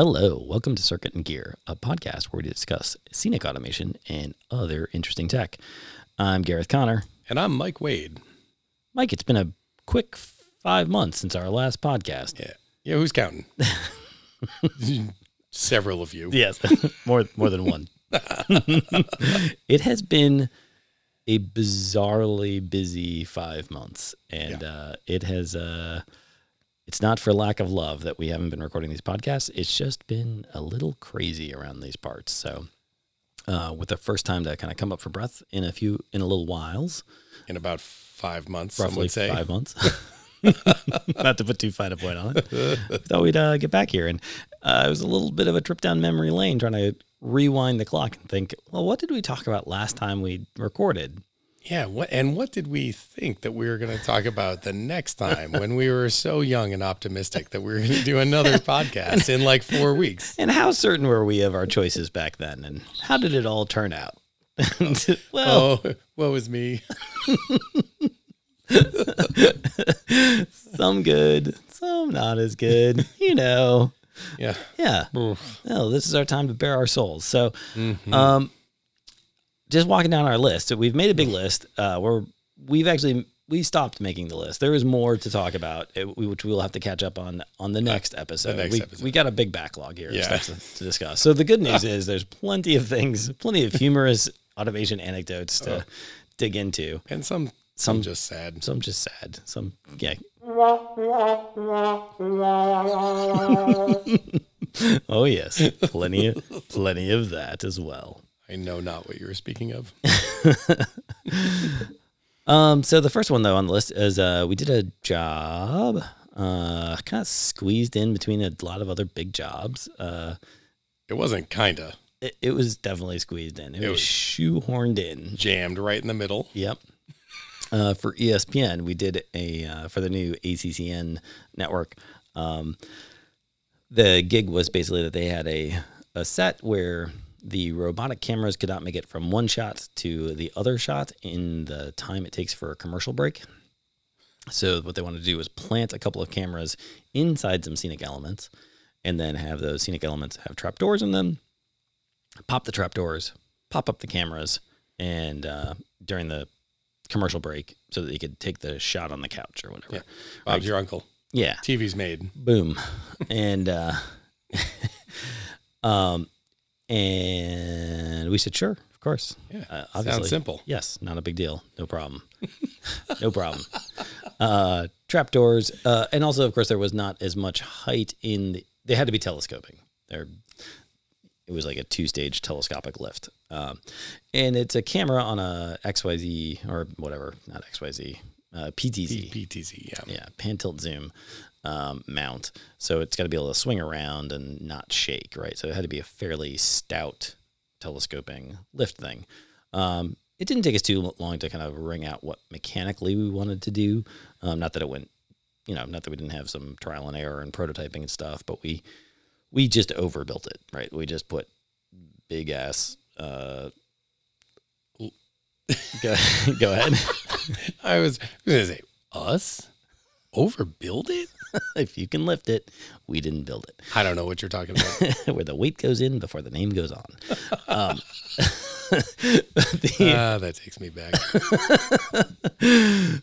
Hello, welcome to Circuit and Gear, a podcast where we discuss scenic automation and other interesting tech. I'm Gareth Connor. And I'm Mike Wade. Mike, it's been a quick five months since our last podcast. Yeah. Yeah, who's counting? Several of you. Yes, more more than one. it has been a bizarrely busy five months, and uh, it has. Uh, it's not for lack of love that we haven't been recording these podcasts. It's just been a little crazy around these parts. So, uh, with the first time to kind of come up for breath in a few in a little whiles, In about five months, some roughly would say. five months. Not to put too fine a point on it. We thought we'd uh, get back here. And uh, it was a little bit of a trip down memory lane trying to rewind the clock and think, well, what did we talk about last time we recorded? Yeah. What and what did we think that we were gonna talk about the next time when we were so young and optimistic that we were gonna do another podcast in like four weeks? And how certain were we of our choices back then? And how did it all turn out? well, Oh, woe is me. some good, some not as good, you know. Yeah. Yeah. No, this is our time to bare our souls. So, Mm-hmm. um, just walking down our list, so we've made a big list. Uh, where we've actually we stopped making the list. There is more to talk about, eh, we- which we'll have to catch up on on the next episode. Uh, next we, episode. we got a big backlog here of Yeah. stuff to, to discuss. So the good news is there's plenty of things, plenty of humorous automation anecdotes to Oh. dig into. And some some just sad. Some just sad. Some yeah. oh yes, plenty, plenty of that as well. I know not what you were speaking of. Um, so the first one though on the list is uh, we did a job, uh, kind of squeezed in between a lot of other big jobs. Uh, It wasn't kinda it, it was definitely squeezed in. It, was was- shoehorned in. jammed right in the middle. Yep. Uh, for ESPN, we did a uh, for the new ACCN network. Um, the gig was basically that they had a a set where the robotic cameras could not make it from one shot to the other shot in the time it takes for a commercial break. So what they wanted to do was plant a couple of cameras inside some scenic elements, and then have those scenic elements have trapdoors in them. Pop the trapdoors, pop up the cameras, and uh, during the commercial break, so that you could take the shot on the couch or whatever. Bob's your uncle. yeah TV's made. boom and uh um and we said sure of course Yeah. Uh, Sounds obviously. simple. yes not a big deal no problem no problem uh trapdoors uh and also of course there was not as much height in the, they had to be telescoping there it was like a two-stage telescopic lift um and it's a camera on a xyz or whatever not xyz uh ptz PTZ, yeah. yeah, pan tilt zoom um, mount. So it's got to be able to swing around and not shake, right? So it had to be a fairly stout telescoping lift thing. Um, it didn't take us too long to kind of ring out what mechanically we wanted to do. Um, not that it went, you know, not that we didn't have some trial and error and prototyping and stuff, but we we just overbuilt it, right? We just put big ass. Uh, go, go ahead. I was going to say, us? Overbuild it? if you can lift it, we didn't build it. I don't know what you're talking about. where the weight goes in before the name goes on. Um, the- Ah, that takes me back. but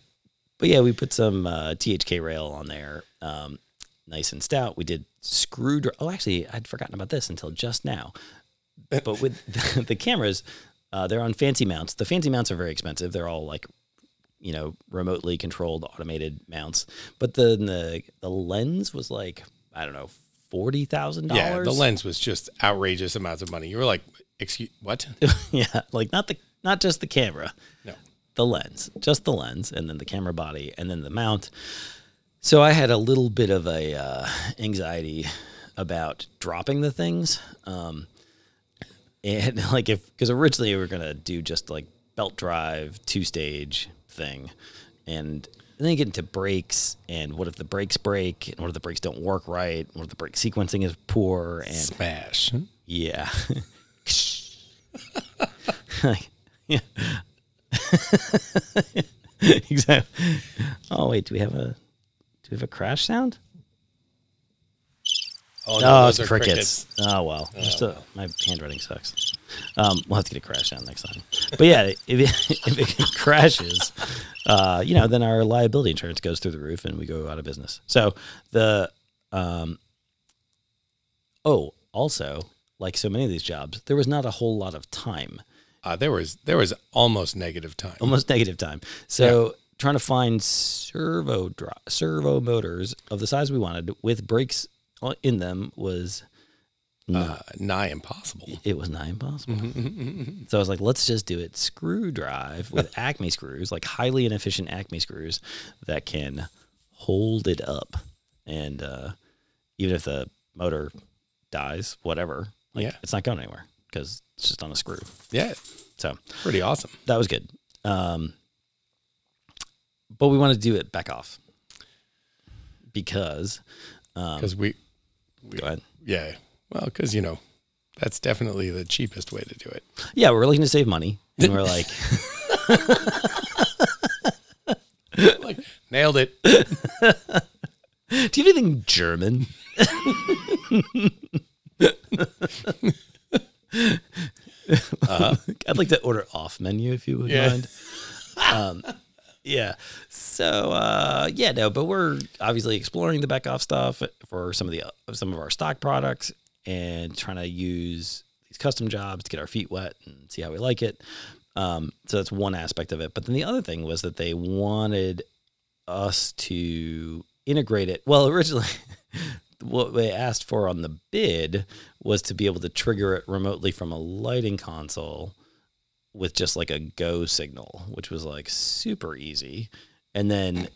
yeah, we put some uh, THK rail on there, um, nice and stout. We did screwdriver. Oh, actually, I'd forgotten about this until just now. But with the, cameras, uh, they're on fancy mounts. The fancy mounts are very expensive. They're all like, you know, remotely controlled automated mounts. But then the the lens was like I don't know forty thousand Yeah, dollars. the lens was just outrageous amounts of money. You were like, excuse what? yeah, like not the not just the camera. No. the lens, just the lens, and then the camera body, and then the mount. So I had a little bit of a uh, anxiety about dropping the things, um, and like if because originally we were gonna do just like belt drive two stage thing, and then you get into brakes and what if the brakes break and what if the brakes don't work right, what if the brake sequencing is poor and Smash. yeah. Like, yeah. exactly. Oh wait, do we have a do we have a crash sound? Oh, Oh, those it's are crickets. Oh well, Just, uh, my handwriting sucks. Um, we'll have to get a crash down next time. But yeah, if it, if it crashes, uh, you know, then our liability insurance goes through the roof and we go out of business. So the um, oh, also like so many of these jobs, there was not a whole lot of time, Uh, there was there was almost negative time. almost negative time. So trying to find servo dri servo motors of the size we wanted with brakes on- in them was Mm. uh, nigh impossible. it was not impossible. so I was like, let's just do it screw drive with Acme screws, like highly inefficient Acme screws that can hold it up. And uh, even if the motor dies, whatever, like Yeah. it's not going anywhere because it's just on a screw. Yeah, So pretty awesome. that was good. Um, but we want to do it back off because, Um, Because we, go ahead. yeah, well, because you know, that's definitely the cheapest way to do it. Yeah, we're looking to save money. And we're like, Like nailed it. do you have anything German? Uh, I'd like to order off menu if you would Yeah. mind. Um, yeah. So uh, yeah, no, but we're obviously exploring the back off stuff for some of the some of our stock products and trying to use these custom jobs to get our feet wet and see how we like it. Um, so that's one aspect of it. But then the other thing was that they wanted us to integrate it. Well, originally, what they asked for on the bid was to be able to trigger it remotely from a lighting console with just like a go signal, which was like super easy. And then,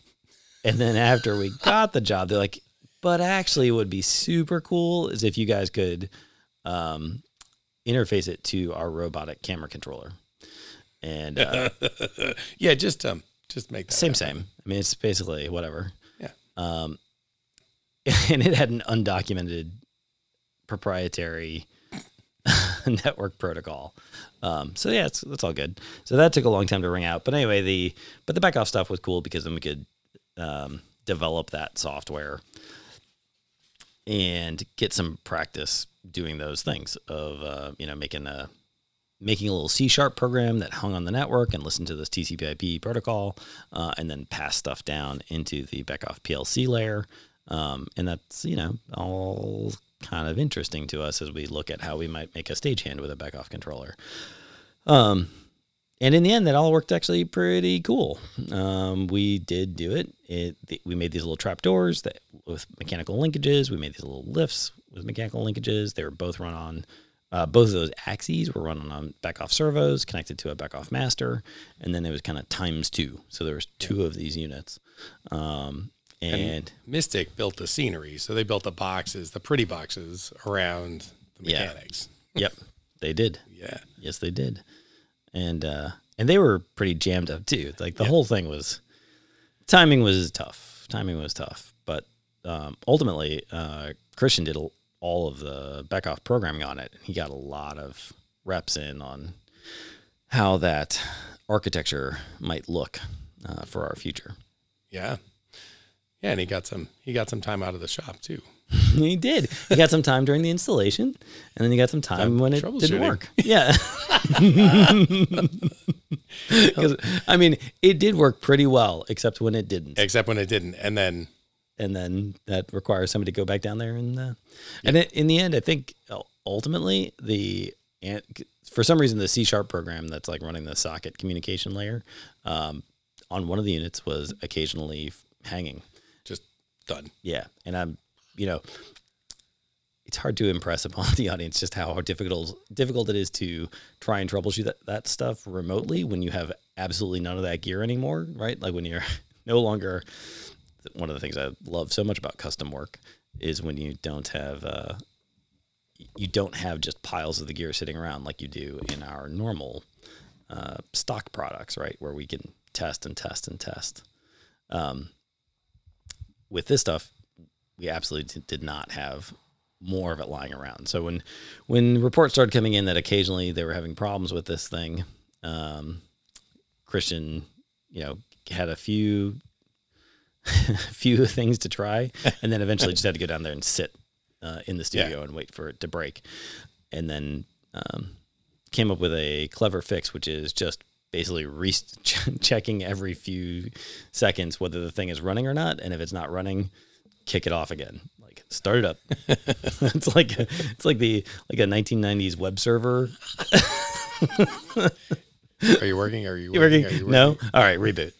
and then after we got the job, they're like, but actually, what would be super cool is if you guys could um, interface it to our robotic camera controller. And uh, Yeah, just um, just make that same, happen. same. I mean, it's basically whatever. Yeah. Um, and it had an undocumented proprietary network protocol. Um, so yeah, it's, that's all good. So that took a long time to ring out, but anyway, the but the back off stuff was cool because then we could um, develop that software and get some practice doing those things of uh, you know making a making a little C sharp program that hung on the network and listened to this TCP/IP protocol, uh, and then pass stuff down into the Beckoff PLC layer. Um, and that's you know all kind of interesting to us as we look at how we might make a stagehand with a Beckoff controller. Um, and in the end, that all worked actually pretty cool. Um, we did do it. It th- we made these little trap doors that with mechanical linkages. We made these little lifts with mechanical linkages. They were both run on. Uh, both of those axes were running on back off servos connected to a back off master, and then it was kind of times two. So there was two of these units, um, and Mystic built the scenery, so they built the boxes, the pretty boxes around the Yeah. mechanics. yep, they did. Yeah, Yes, they did, and uh, and they were pretty jammed up too. Like the whole thing was, timing was tough. Timing was tough, but um, ultimately, uh, Christian did all- all of the back off programming on it, and he got a lot of reps in on how that architecture might look uh, for our future. yeah, yeah. And he got some he got some time out of the shop too. he did. He got some time during the installation, and then he got some time when it didn't troubleshooting. work. Yeah. 'Cause, I mean, it did work pretty well, except when it didn't, Except when it didn't, and then and then that requires somebody to go back down there and. Uh, And it, in the end, I think uh, ultimately the and for some reason the C sharp program that's like running the socket communication layer um, on one of the units was occasionally f- hanging. just done. Yeah, and I'm, you know, it's hard to impress upon the audience just how difficult difficult it is to try and troubleshoot that, that stuff remotely when you have absolutely none of that gear anymore, right? Like when you're no longer one of the things I love so much about custom work is when you don't have uh, you don't have just piles of the gear sitting around like you do in our normal uh, stock products, right? Where we can test and test and test with this stuff, we absolutely d- did not have more of it lying around. So when when reports started coming in that occasionally they were having problems with this thing, um, Christian, you know, had a few few things to try, and then eventually just had to go down there and sit uh, in the studio and wait for it to break. And then um, came up with a clever fix, which is just basically re- checking every few seconds whether the thing is running or not. And if it's not running, kick it off again. Like start it up. it's like it's like the like a 1990s web server. Are you working? Are you You working? working? Are you working? No. All right, reboot.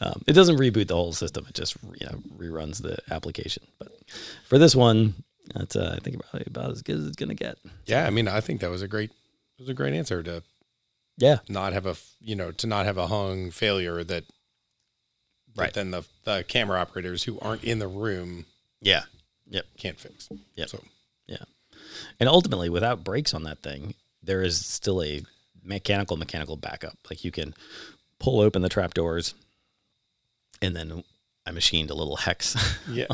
um, it doesn't reboot the whole system. It just you know reruns the application. But for this one, that's uh, I think probably about as good as it's gonna get. Yeah, I mean, I think that was a great it was a great answer to Yeah. not have a f- you know to not have a hung failure that. that Right. Then the the camera operators who aren't in the room Yeah. can't fix. Yep. So And ultimately, without brakes on that thing, there is still a mechanical mechanical backup. Like you can pull open the trap doors, and then I machined a little hex yeah,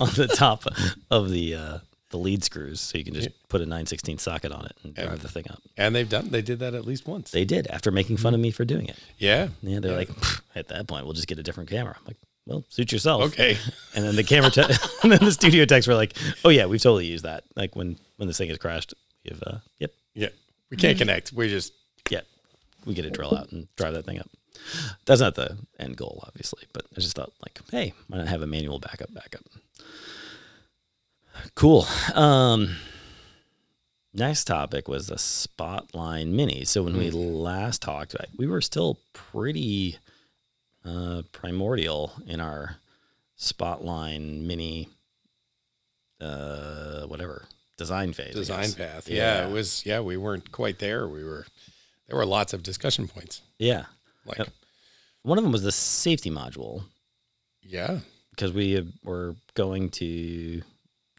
on the top of the uh, the lead screws, so you can just put a 916 socket on it and drive the thing up. and they've done they did that at least once. They did after making fun of me for doing it. Yeah. Yeah, they're like, "Pff, at that point, we'll just get a different camera. I'm like, well, suit yourself. Okay. And then the camera, te- and then the studio techs were like, oh yeah, we've totally used that. Like when when this thing has crashed, we've uh, yep, Yeah. We Mm. can't connect. We're just yeah, we get a drill out and drive that thing up. That's not the end goal, obviously, but I just thought like, hey, why not have a manual backup backup? Cool. Um next topic was the spotline mini. So when we last talked, I- we were still pretty uh primordial in our spotline mini uh whatever design phase. I design guess. path. Yeah. Yeah. It was yeah, we weren't quite there. We were there were lots of discussion points. Yeah. Like Yep. One of them was the safety module. yeah. because we were going to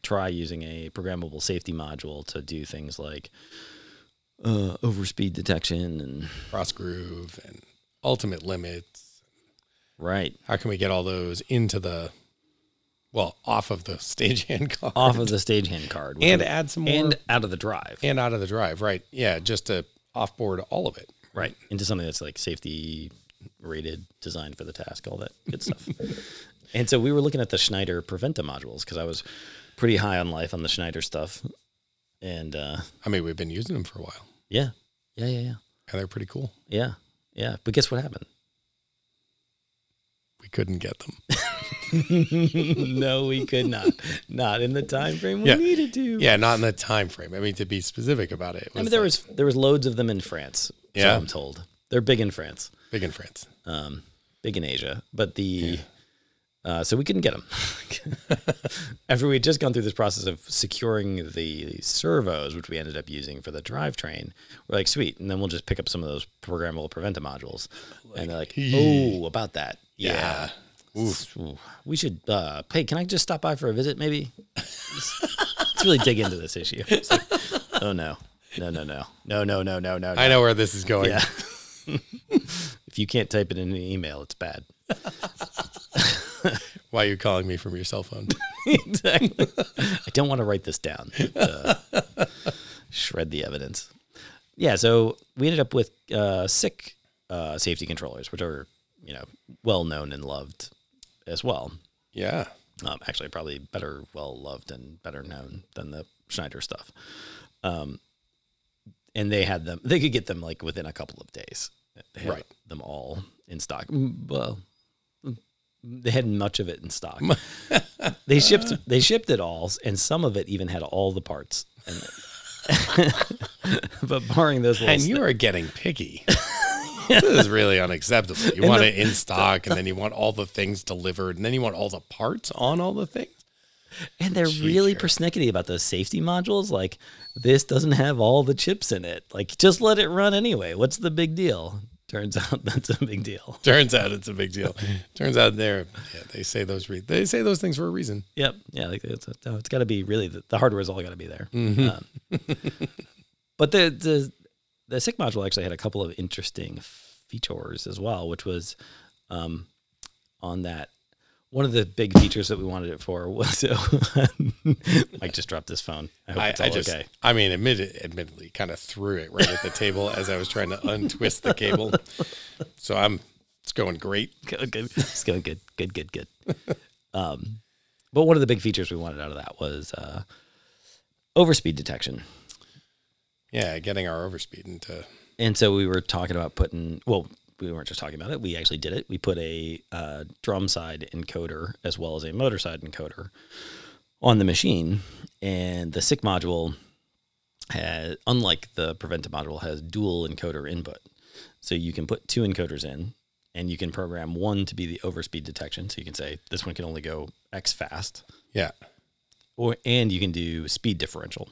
try using a programmable safety module to do things like uh, overspeed detection and Cross groove and ultimate limits. right How can we get all those into the well, off of the stagehand car off of the stagehand card which and was- add some more and and, out of the drive out of the drive, right? Yeah, just to offboard all of it. right into something that's like safety rated designed for the task all that good stuff and so we were looking at the Schneider Preventa modules because I was pretty high on life on the Schneider stuff and uh, I mean, we've been using them for a while yeah yeah yeah yeah and they're pretty cool. yeah yeah but guess what happened We couldn't get them. no, we could not. Not in the time frame we Yeah. needed to. yeah, not in the time frame. I mean, to be specific about it, it I mean, there like was there was loads of them in France. Yeah. so I'm told they're big in France, big in France. um, big in Asia. But the uh, so we couldn't get them after we had just gone through this process of securing the servos, which we ended up using for the drivetrain. We're like, sweet, and then we'll just pick up some of those programmable preventa modules, and they're like, oh, about that, Yeah. Ooh, We should. Uh, hey, can I just stop by for a visit, maybe? Let's really dig into this issue. It's like, oh no, no, no, no, no, no, no, no, no. I know where this is going. Yeah. if you can't type it in an email, it's bad. Why are you calling me from your cell phone? exactly. I don't want to write this down. Uh, shred the evidence. Yeah, so we ended up with uh, sick uh, safety controllers, which are you know well known and loved as well. yeah. um, actually probably better well loved and better known than the Schneider stuff. Um, and they had them; they could get them like within a couple of days. They had Right. them all in stock. Mm, Well, mm, they had much of it in stock. they shipped they shipped it all, and some of it even had all the parts. And- but barring those, little And you are getting picky. this is really unacceptable. You want it in stock, and then you want all the things delivered, and then you want all the parts on all the things. And they're really persnickety about those safety modules. Like, this doesn't have all the chips in it. Like, just let it run anyway. What's the big deal? Turns out that's a big deal. Turns out it's a big deal. Turns out they're yeah, they say those re- they say those things for a reason. Yep. Yeah. Like, it's, uh, no, it's got to be really the, the hardware's all got to be there. Mm-hmm. Um, but the the the SICK module actually had a couple of interesting features as well, which was um, on that. One of the big features that we wanted it for was Mike just dropped his phone. I hope I, it's all I just okay. I mean, admitted, admittedly, kind of threw it right at the table as I was trying to untwist the cable. So I'm it's going great. good, good. It's going good, good, good, good. Um, but one of the big features we wanted out of that was uh, overspeed detection. Yeah, getting our overspeed into And so we were talking about putting, well, we weren't just talking about it. We actually did it. We put a uh, drum side encoder as well as a motor side encoder on the machine. And the SICK module has, unlike the Preventa module, has dual encoder input. So you can put two encoders in and you can program one to be the overspeed detection. So you can say this one can only go X fast yeah. or and you can do speed differential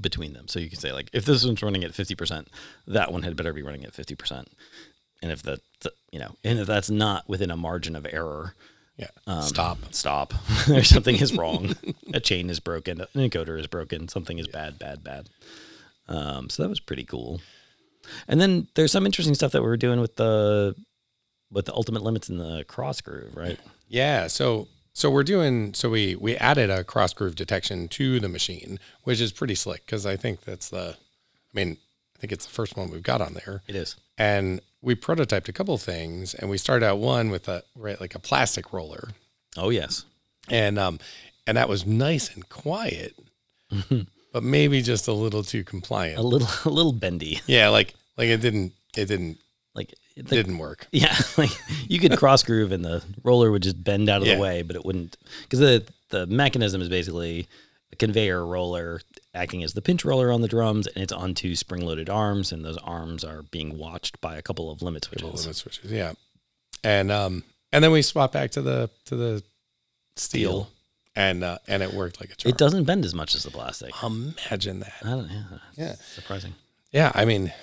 between them. So you can say like if this one's running at 50%, that one had better be running at 50%. And if that you know, and if that's not within a margin of error, Yeah. um, Stop. stop. or something is wrong. a chain is broken, an encoder is broken, something is bad, bad, bad. Um, so that was pretty cool. And then there's some interesting stuff that we were doing with the with the ultimate limits in the cross groove, right? Yeah. So so we're doing so we we added a cross groove detection to the machine, which is pretty slick because I think that's the I mean, I think it's the first one we've got on there. It is. And we prototyped a couple things and we started out one with a right like a plastic roller. Oh yes. And um and that was nice and quiet. but maybe just a little too A compliant. little a little bendy. Yeah, like like it didn't it didn't Like the didn't work. Yeah, like you could cross groove and the roller would just bend out of Yeah. the way, but it wouldn't because the the mechanism is basically a conveyor roller acting as the pinch roller on the drums, and it's on two spring loaded arms, and those arms are being watched by a couple of limit Little switches. limit switches. Yeah. And um and then we swap back to the to the steel, Steel. and uh, and it worked like a charm. It doesn't bend as much as the plastic. Imagine that. I don't know. Yeah. surprising. Yeah, I mean, Who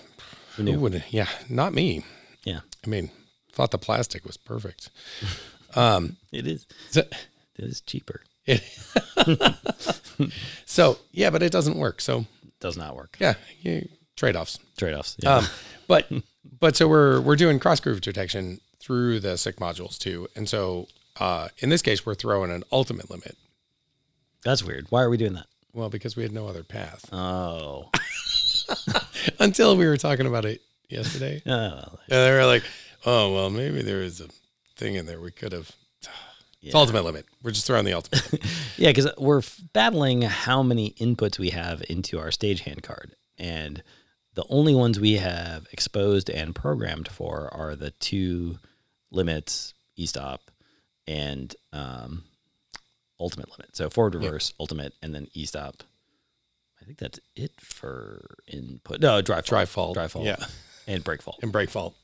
who knew? would? Yeah, not me. Yeah, I mean, thought the plastic was perfect. it is. So, It is cheaper. so yeah, but it doesn't work. So Does not work. yeah, you, trade-offs. Trade offs. Yeah. Um, but but so we're we're doing cross groove detection through the sick modules too, and so uh, in this case we're throwing an ultimate limit. That's weird. Why are we doing that? Well, because we had no other path Oh, until we were talking about it yesterday. Oh, And they were like, oh, well, maybe there is a thing in there we could have. It's Yeah. ultimate limit. We're just throwing the ultimate. limit. Yeah, because we're f- battling how many inputs we have into our stagehand card. And the only ones we have exposed and programmed for are the two limits, E stop and um, ultimate limit. So forward, reverse, ultimate, and then E stop. I think that's it for input. No, drive fault. Dry fault. Drive fault. Yeah. And break fault. And break fault.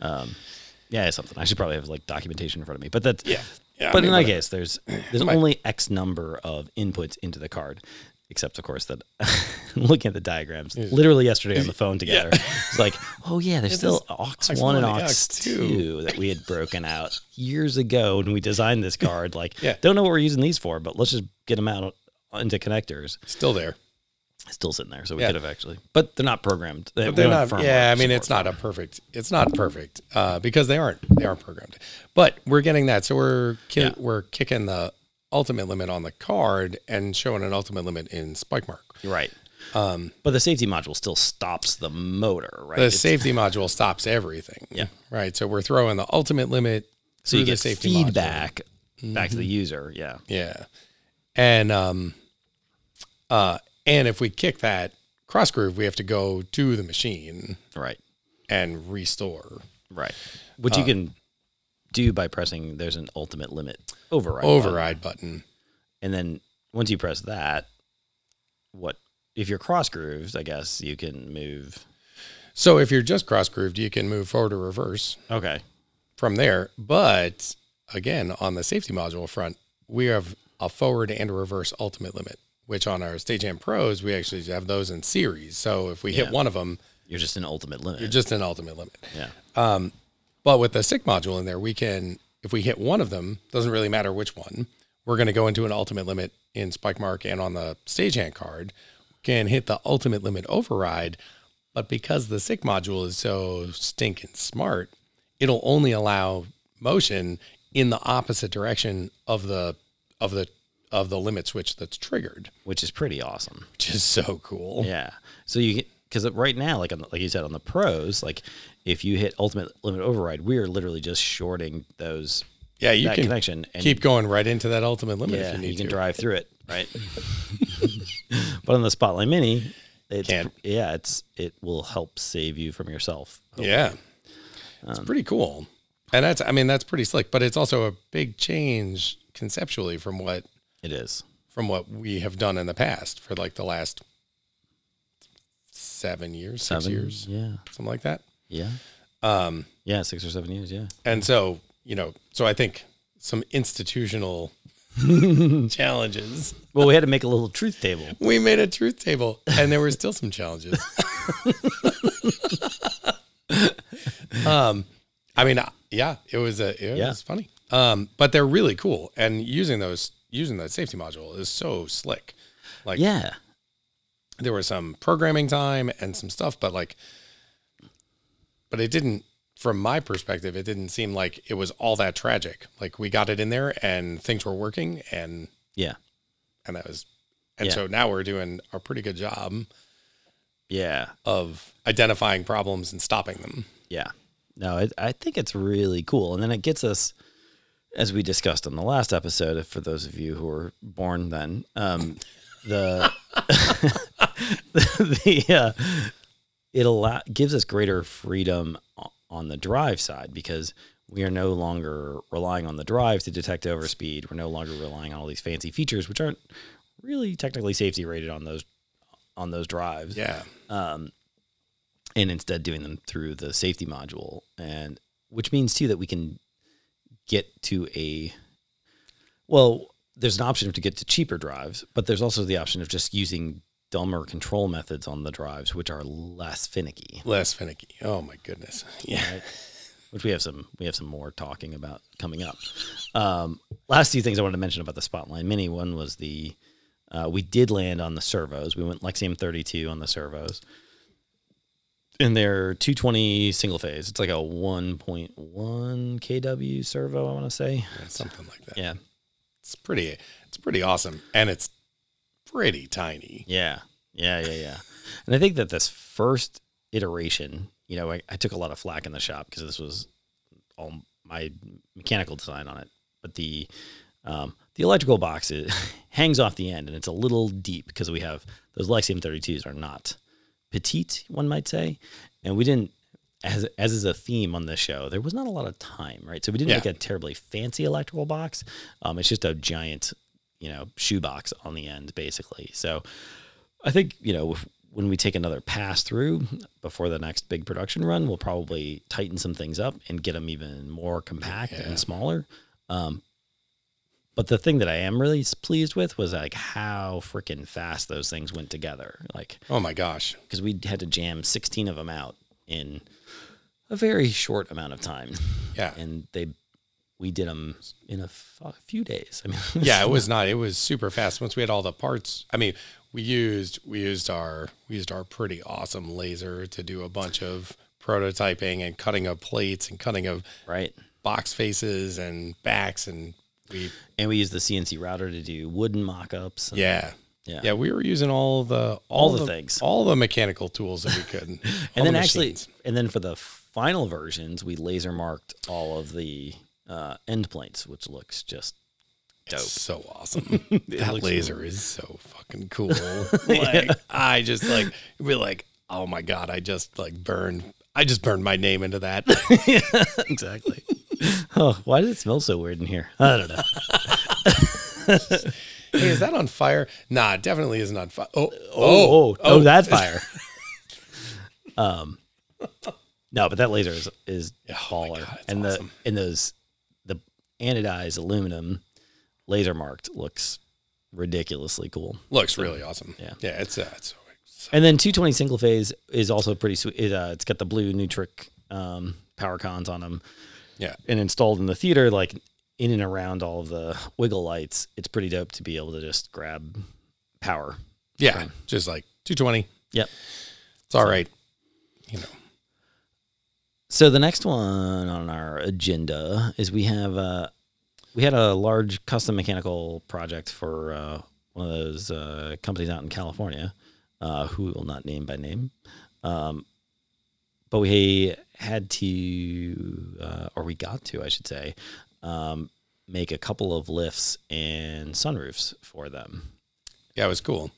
Yeah, it's something. I should probably have like documentation in front of me. But that's Yeah. Yeah. I but mean, in that whatever. case, there's there's only X number of inputs into the card, except of course that looking at the diagrams. Literally yesterday on the phone together, it's like, oh yeah, there's still aux one and aux two. two that we had broken out years ago when we designed this card. Like, Yeah. don't know what we're using these for, but let's just get them out into connectors. Still there. Still sitting there, so we Yeah. could have actually, but they're not programmed. They, They're don't have not. firmware Yeah. I mean, support. it's not a perfect. It's not perfect uh, because they aren't. They aren't programmed. But we're getting that. So we're ki- Yeah. we're kicking the ultimate limit on the card and showing an ultimate limit in Spike Mark. right. Um, but the safety module still stops the motor, right? The It's- safety module stops everything. Yeah. Right. So we're throwing the ultimate limit so you through get the safety module. Mm-hmm. feedback back to the user. Yeah, Yeah. And um uh and if we kick that cross groove, we have to go to the machine right, and restore. right. Which Uh, you can do by pressing. There's an ultimate limit override, button. Override button. and then once you press that, what if you're cross grooves? I guess you can move. So if you're just cross grooved, you can move forward or reverse Okay, from there. But again, on the safety module front, we have a forward and a reverse ultimate limit, which on our Stagehand Pros, we actually have those in series. So if we hit one of them, you're just an ultimate limit. you're just an ultimate limit. yeah, But with the sick module in there, we can, if we hit one of them, doesn't really matter which one, we're going to go into an ultimate limit in Spike Mark and on the stagehand card, can hit the ultimate limit override. But because the sick module is so stinking smart, it'll only allow motion in the opposite direction of the of the of the limit switch that's triggered, which is pretty awesome. which is so cool. Yeah. So you because right now, like on, the- like you said on the pros, like if you hit ultimate limit override, we are literally just shorting those Yeah, you that can connection and keep going right into that ultimate limit yeah, if you you, need can to. drive through it, right? but on the Spotlight Mini, it's Can't. yeah, it's it will help save you from yourself. Yeah. It's pretty cool. And that's, I mean, that's pretty slick, but it's also a big change conceptually from what, It is. from what we have done in the past for like the last seven years, six Seven years, Yeah. something like that. Yeah. Um, Yeah, six or seven years, yeah. and so, you know, so I think some institutional challenges. Well, we had to make a little truth table. We made a truth table and there were still some challenges. um, I mean, uh, yeah, it was a, it Yeah. was funny. Um, but they're really cool. And using those, using that safety module is so slick. Like Yeah. there was some programming time and some stuff, but like, but it didn't, from my perspective, it didn't seem like it was all that tragic. Like we got it in there and things were working and Yeah. and that was and Yeah. so now we're doing a pretty good job Yeah. of identifying problems and stopping them Yeah. No, it, I think it's really cool. And then it gets us, as we discussed on the last episode, if for those of you who were born then, um, the the uh, it allow, gives us greater freedom o- on the drive side because we are no longer relying on the drive to detect overspeed. We're no longer relying on all these fancy features, which aren't really technically safety rated on those on those drives yeah and instead doing them through the safety module and which means too that we can get to a well there's an option to get to cheaper drives but there's also the option of just using dumber control methods on the drives which are less finicky less finicky oh my goodness yeah which we have some we have some more talking about coming up um, last two things i wanted to mention about the spotlight mini one was the uh, we did land on the servos we went lexium 32 on the servos and they're 220 single phase it's like a 1.1 kw servo i want to say something like that yeah it's pretty it's pretty awesome and it's pretty tiny Yeah. Yeah. Yeah. Yeah. and I think that this first iteration, you know, I, I took a lot of flack in the shop because this was all my mechanical design on it. But the um, the electrical box it hangs off the end and it's a little deep because we have those Lexium 32s are not petite, one might say. And we didn't, as, as is a theme on this show, there was not a lot of time, right? So we didn't Yeah. make a terribly fancy electrical box. Um, it's just a giant, you know, shoebox on the end, basically. So I think, you know, if, when we take another pass through before the next big production run, we'll probably tighten some things up and get them even more compact Yeah. and smaller. Um, but the thing that I am really s- pleased with was like how freaking fast those things went together. Like, oh my gosh because we had to jam 16 of them out in a very short amount of time yeah and they we did them in a f- few days i mean yeah it was not it was super fast once we had all the parts i mean we used we used our we used our pretty awesome laser to do a bunch of prototyping and cutting of plates and cutting of right box faces and backs and we and we used the cnc router to do wooden mock-ups and- yeah Yeah. yeah we were using all the all, the things. all the mechanical tools that we could and and then actually and then for the final versions we laser marked all of the uh, end plates which looks just dope. so awesome that looks laser is so fucking cool like i just like be like oh my god i just like burned i just burned my name into that exactly oh why does it smell so weird in here i don't know Hey, is that on fire? Nah, it definitely isn't on fire. Oh, oh, oh, oh, that fire. um, no, but that laser is is baller, Oh God, it's and awesome. the and those the anodized aluminum laser marked looks ridiculously cool. looks really awesome. Yeah. yeah, it's uh, it's so And then 220 single phase is also pretty sweet. It, uh, it's got the blue Nutric um, power cons on them, yeah, and installed in the theater, like in and around all of the wiggle lights. It's pretty dope to be able to just grab power. yeah, just like two twenty. Yep. It's all right. You know, So the next one on our agenda is we have uh, we had a large custom mechanical project for uh, one of those uh, companies out in California, uh, who we will not name by name, um, but we had to, uh, or we got to, I should say, um, make a couple of lifts and sunroofs for them. Yeah, it was cool.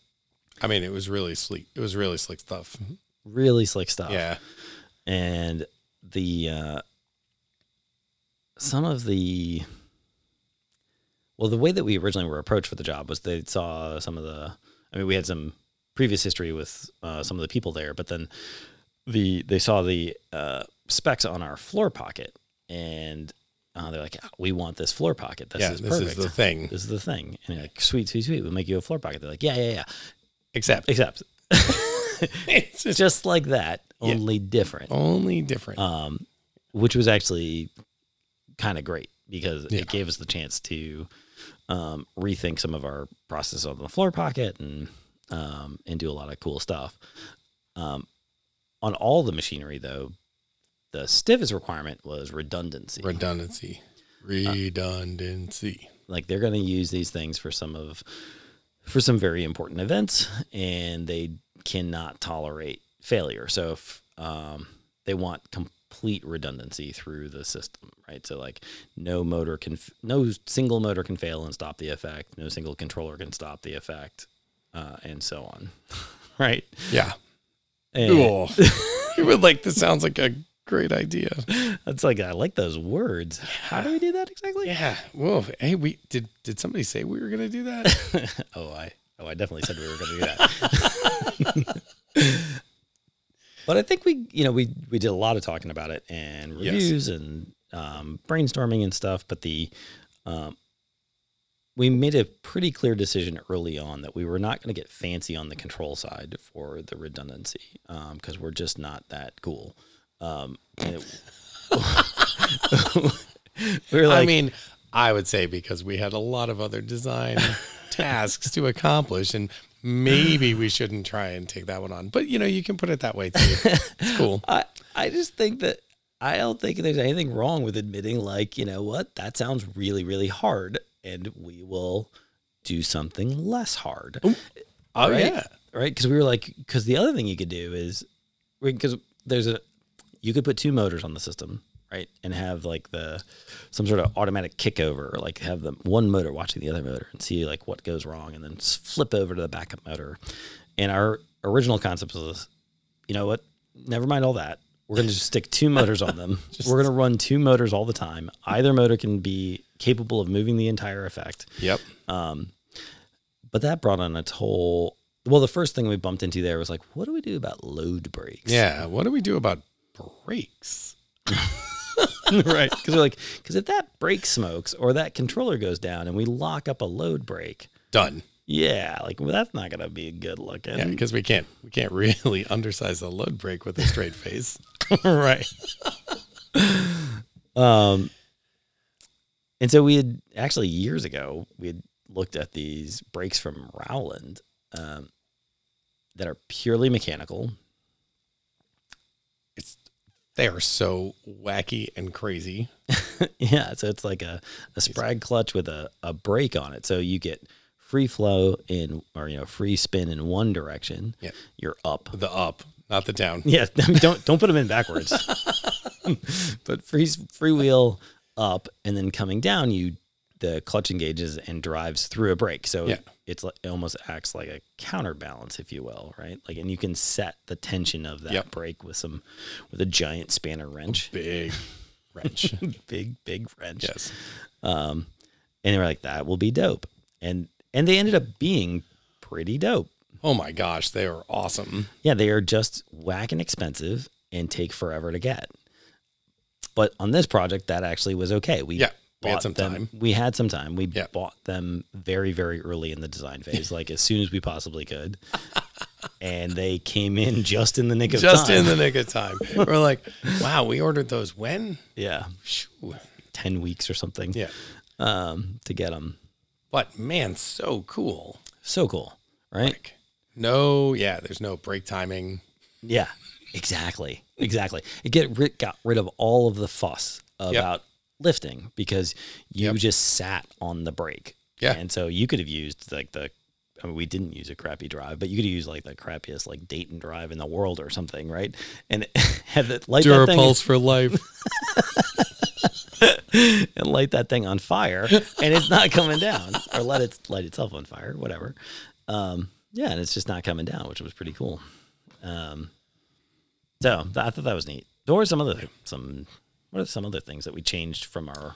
I mean, it was really sleek. It was really slick stuff. Mm-hmm. Really slick stuff. Yeah. and the uh, some of the well the way that we originally were approached for the job was they saw some of the i mean we had some previous history with uh, some of the people there but then the they saw the uh, specs on our floor pocket and uh, they're like we want this floor pocket this yeah. is this perfect is the thing. this is the thing and you're like sweet sweet sweet we'll make you a floor pocket they're like yeah yeah yeah Except except it's just just like that only different only different. um, which was actually kind of great because Yeah. it gave us the chance to um, rethink some of our processes on the floor pocket and um, and do a lot of cool stuff. Um, on all the machinery, though, the stivus requirement was redundancy. redundancy. uh, Redundancy. like they're going to use these things for some of for some very important events and they cannot tolerate failure so if um, they want complete redundancy through the system right so like no motor can f- no single motor can fail and stop the effect no single controller can stop the effect uh, and so on right yeah. and Cool. you would like this sounds like a great idea. that's like i like those words how do we do that exactly Yeah. Whoa. Hey, we did did somebody say we were gonna do that? oh, I oh, I definitely said we were going to do that. but I think we, you know, we we did a lot of talking about it and Yes. reviews and um, brainstorming and stuff. But the um, we made a pretty clear decision early on that we were not going to get fancy on the control side for the redundancy because we're just not that cool. Um, and it- we were like, I mean, I would say because we had a lot of other design tasks to accomplish and maybe we shouldn't try and take that one on. But you know, you can put it that way too. It's cool. I I just think that I don't think there's anything wrong with admitting, like, you know what, that sounds really, really hard, and we will do something less hard, Oh Right? yeah. right? Because we were like, because the other thing you could do is, because there's a, you could put two motors on the system, right, and have like the some sort of automatic kickover, like have the one motor watching the other motor and see like what goes wrong, and then s- flip over to the backup motor. And our original concept was you know what? Never mind all that. We're going to just stick two motors on them. We're going to run two motors all the time. Either motor can be capable of moving the entire effect. Yep. But that brought on its whole. Well, the first thing we bumped into there was like, what do we do about load breaks? Yeah. What do we do about breaks? right. Because we're like, because if that brake smokes or that controller goes down and we lock up a load break, Done. yeah, like well, that's not going to be good looking. Yeah, because we can't we can't really undersize the load break with a straight face. right. um, and so we had actually years ago we had looked at these brakes from Rowland um, that are purely mechanical. It's they are so wacky and crazy. yeah, so it's like a, a sprag clutch with a, a brake on it. So you get free flow in or you know free spin in one direction. Yeah. You're up. The up, not the down. Yeah, I mean, don't don't put them in backwards. but free free wheel up and then coming down, you the clutch engages and drives through a brake. So Yeah. it's like it almost acts like a counterbalance, if you will, right? Like and you can set the tension of that Yep. brake with some with a giant spanner wrench, Big wrench. big big wrench. yes. Um, and they were like, that will be dope, and and they ended up being pretty dope. Oh my gosh, they are awesome. Yeah, they are just whack and expensive and take forever to get. But on this project, that actually was okay. We Yeah, we had bought some them- time. We had some time. We Yeah. bought them very, very early in the design phase, like as soon as we possibly could. and they came in just in the nick of Just time. in the nick of time. We're like, wow, we ordered those when? yeah, Shoo. ten weeks or something. Yeah. um, to get them. But man, so cool. So cool, right? Like, no, yeah, there's no break timing. Yeah, exactly, exactly. It get rid, got rid of all of the fuss about lifting because you Yep. just sat on the brake. Yeah. and so you could have used like the. I mean, we didn't use a crappy drive, but you could use like the crappiest like Dayton drive in the world or something, right? And have it like that thing. for life. and light that thing on fire and it's not coming down or let it light itself on fire, whatever. Um, yeah, and it's just not coming down, which was pretty cool. Um, so th- I thought that was neat. There were some other some what are some other things that we changed from our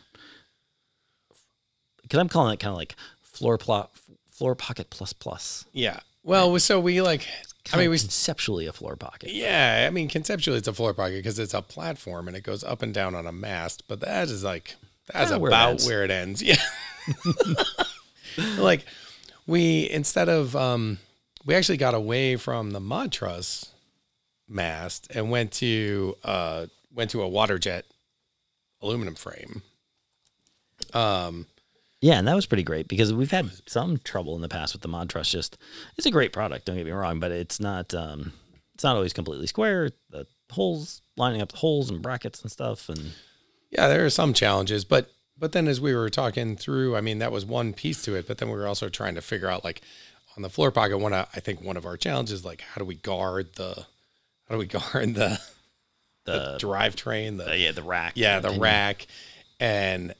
because I'm calling it kind of like floor plot floor pocket plus plus. Yeah. Well, so we like, I mean, we, conceptually a floor pocket. yeah, I mean, conceptually it's a floor pocket because it's a platform and it goes up and down on a mast, but that is like, that's Kinda where it about ends. where it ends. Yeah. like, we, instead of, um, we actually got away from the mod truss mast and went to, uh, went to a water jet aluminum frame. Um, Yeah, and that was pretty great because we've had some trouble in the past with the mod truss. Just it's a great product, don't get me wrong, but it's not um, it's not always completely square. The holes lining up the holes and brackets and stuff, and Yeah, there are some challenges, but but then as we were talking through, I mean, that was one piece to it, but then we were also trying to figure out like on the floor pocket one of- I think one of our challenges like how do we guard the how do we guard the the, drivetrain, the uh, yeah, the rack. yeah, the and- rack and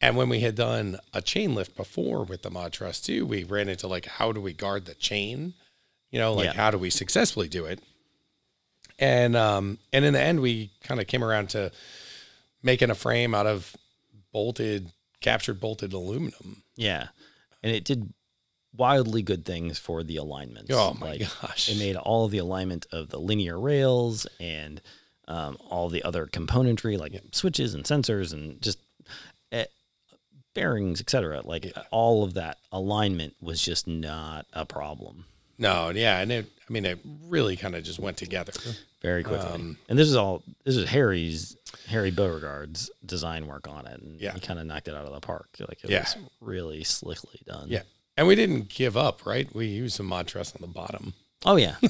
and when we had done a chain lift before with the mod truss too, we ran into like how do we guard the chain? You know, like Yeah. how do we successfully do it? And um and in the end we kind of came around to making a frame out of bolted captured bolted aluminum. Yeah, and it did wildly good things for the alignments. Oh my Like, gosh. It made all the alignment of the linear rails and um, all the other componentry like switches and sensors and just eh, bearings, etc. Like all of that alignment was just not a problem no, yeah, and it I mean it really kind of just went together. very quickly. Um, and this is all this is Harry's Harry Beauregard's design work on it, and Yeah. he kind of knocked it out of the park. Like it Yeah. was really slickly done. Yeah. And we didn't give up, right? We used some mod truss on the bottom. Oh yeah.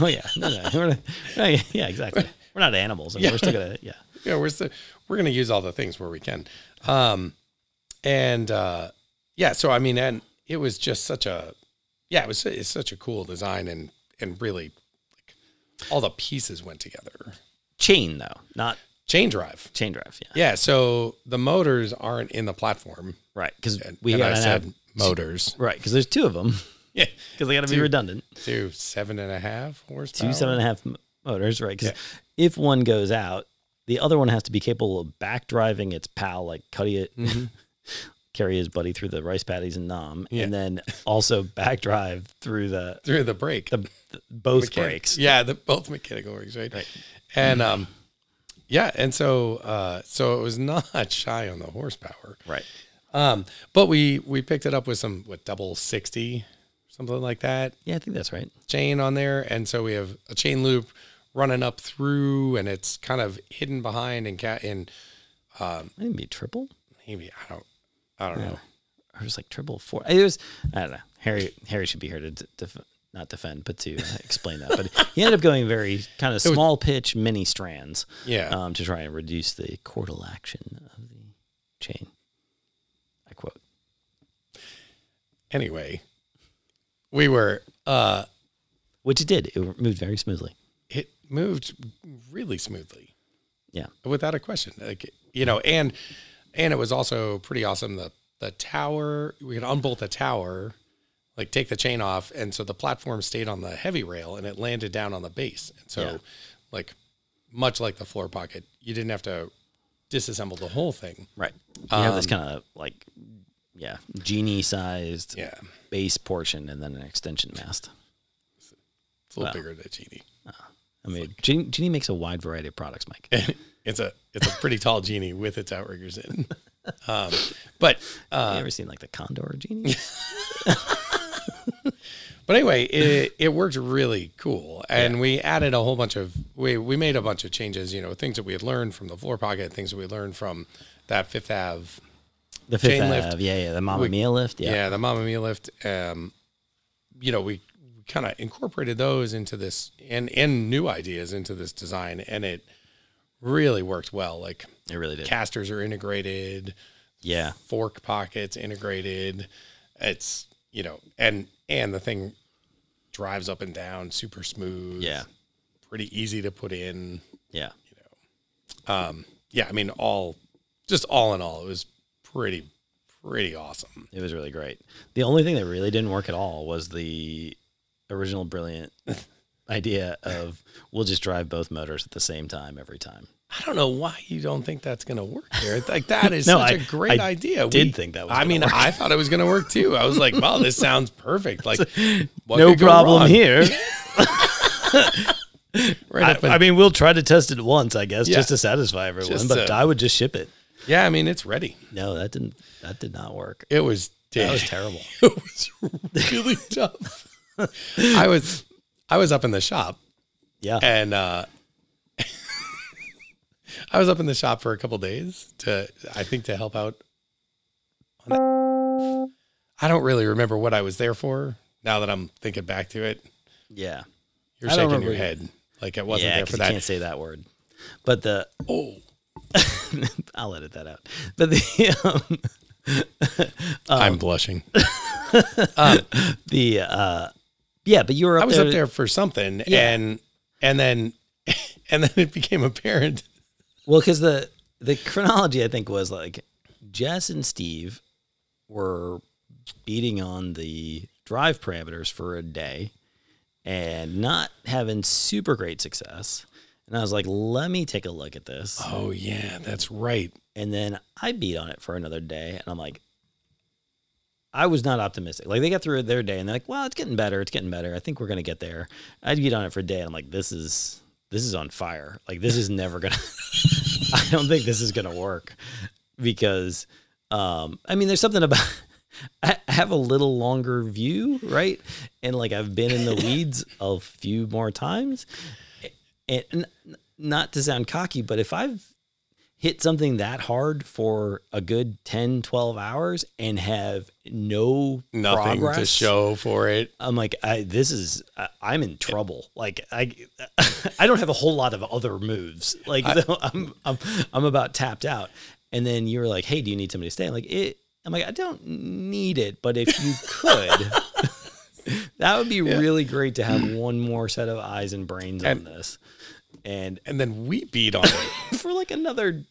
oh yeah. No, no. We're not- no, yeah, exactly. We're not animals. I mean, We're still gonna yeah. yeah, we're still, we're gonna use all the things where we can. Um, and uh, yeah, so I mean, and it was just such a, yeah, it was it's such a cool design and and really, like, all the pieces went together. Chain though, not Chain drive. chain drive. Yeah. Yeah, so the motors aren't in the platform. Right, because And, we and I gotta said have motors. right because there's two of them Yeah, because they gotta be redundant. two seven and a half Two horsepower. seven and a half m- motors, right? Because if one goes out, the other one has to be capable of back driving its pal, like Cuddy it, carry his buddy through the rice paddies and nom, Mm-hmm. Yeah. and then also back drive through the, through the brake. the, the both mechanic- brakes. Yeah, the both mechanical brakes, right? And um, yeah, and so uh, so it was not shy on the horsepower. Right. Um, but we we picked it up with some what double sixty, something like that Yeah, I think that's right. chain on there, and so we have a chain loop running up through, and it's kind of hidden behind and cat in I think it'd be triple. maybe I don't I don't know. or was like triple four. It was I don't know. Harry Harry should be here to d- def- not defend, but to uh, explain that. But he ended up going very kind of small pitch, mini strands, Yeah, um, to try and reduce the chordal action of the chain. I quote. anyway, we were uh, Which it did. It moved very smoothly. it moved really smoothly. Yeah. without a question. Like you know, and and it was also pretty awesome. The the tower we could unbolt the tower, like take the chain off, and so the platform stayed on the heavy rail and it landed down on the base. And so, Yeah. like much like the floor pocket, you didn't have to disassemble the whole thing. Right. You have Um, this kind of like yeah, genie sized Yeah, base portion and then an extension mast. it's a little bigger than a genie. I mean, Genie, Genie makes a wide variety of products, Mike. it's a it's a pretty tall genie with its outriggers in. Um, but Uh, you ever seen like the Condor Genie? But anyway, it, it worked really cool. And we added a whole bunch of, we, we made a bunch of changes, you know, things that we had learned from the floor pocket, things that we learned from that Fifth Ave, The fifth Chain lift. Ave, yeah, yeah, the Mamma Mia lift, yeah, yeah. the Mamma Mia lift. Um, you know, we, we kind of incorporated those into this and, and new ideas into this design. And it really worked well. Like It really did. casters are integrated, yeah. fork pockets integrated. It's, you know, and, and the thing drives up and down super smooth. Yeah. pretty easy to put in. Yeah. Yeah, I mean all just all in all, it was pretty, pretty awesome. It was really great. The only thing that really didn't work at all was the original brilliant idea of we'll just drive both motors at the same time every time. I don't know why you don't think that's going to work, Jared. Like that is No, such I- a great I idea. did think that was I gonna mean, work. I thought it was going to work too. I was like, wow, this sounds perfect. Like, what no could go problem wrong? here. Right I, up and- I mean, we'll try to test it once, I guess, Yeah. just to satisfy everyone. Just but to- I would just ship it. yeah, I mean, it's ready. No, that didn't. That did not work. It was. That dead. was terrible. it was really tough. I was I was up in the shop Yeah. and uh I was up in the shop for a couple days to I think to help out on that. I don't really remember what I was there for now that I'm thinking back to it. Yeah. You're I don't shaking your remember. head like it wasn't Yeah, there for 'cause you can't that. say that word. But the Oh, I'll edit that out. But the um, oh. I'm blushing. the uh, yeah, but you were up I was there. up there for something Yeah. and and then and then it became apparent Well, because the the chronology I think was like Jess and Steve were beating on the drive parameters for a day and not having super great success. And I was like, let me take a look at this. Oh yeah, that's right. And then I beat on it for another day. And I'm like, I was not optimistic. Like they got through their day and they're like, well, it's getting better. It's getting better. I think we're gonna get there. I beat on it for a day and I'm like, this is this is on fire. Like this is never gonna I don't think this is gonna work. Because um I mean there's something about I I have a little longer view, right? And like I've been in the weeds a few more times. And n- n- not to sound cocky, but if I've hit something that hard for a good 10 12 hours and have no Nothing progress, to show for it. i'm like I, this is I, i'm in trouble like i i don't have a whole lot of other moves like so I'm, I'm i'm about tapped out and then you were like hey do you need somebody to stay i'm like it i'm like i don't need it but if you could that would be really great to have one more set of eyes and brains on And- this and and then we beat on it. for like another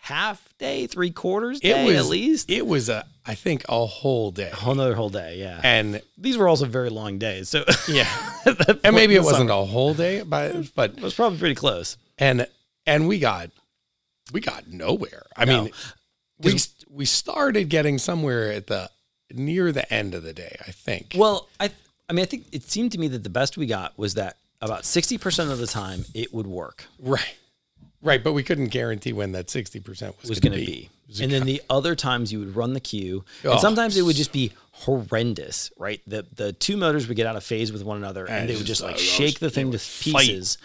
half day, three quarters It day was at least. It was a, I think, a whole day. Whole another whole day, yeah. And These were also very long days, so it yeah, and maybe it wasn't a whole day, but but was probably pretty close. and and we got we got nowhere. I mean, we we started getting somewhere at the near the end of the day. I think. Well, I, I mean, I think it seemed to me that the best we got was that about sixty percent of the time it would work right, right, but we couldn't guarantee when that sixty percent was, was going going to to be. And then the other times you would run the queue, and Oh. sometimes it would just be horrendous, right? The the two motors would get out of phase with one another, and, And they it's would just just like like, shake the thing to pieces.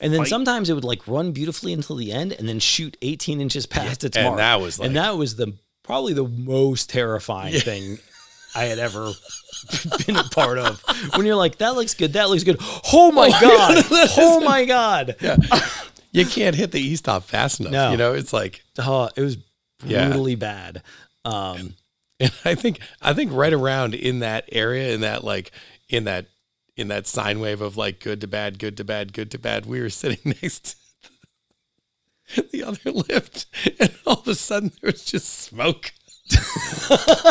And then sometimes it would like run beautifully until the end, and then shoot 18 inches past its and mark. that was like- and that was the probably the most terrifying thing I had ever been a part of. When you're like, that looks good, that looks good. Oh my god! Oh my god! You can't hit the e stop fast enough. No. You know, it's like Oh, it was Yeah. brutally bad. Um, And I think I think right around in that area, in that like in that in that sine wave of like good to bad, good to bad, good to bad, we were sitting next to the other lift, and all of a sudden there was just smoke.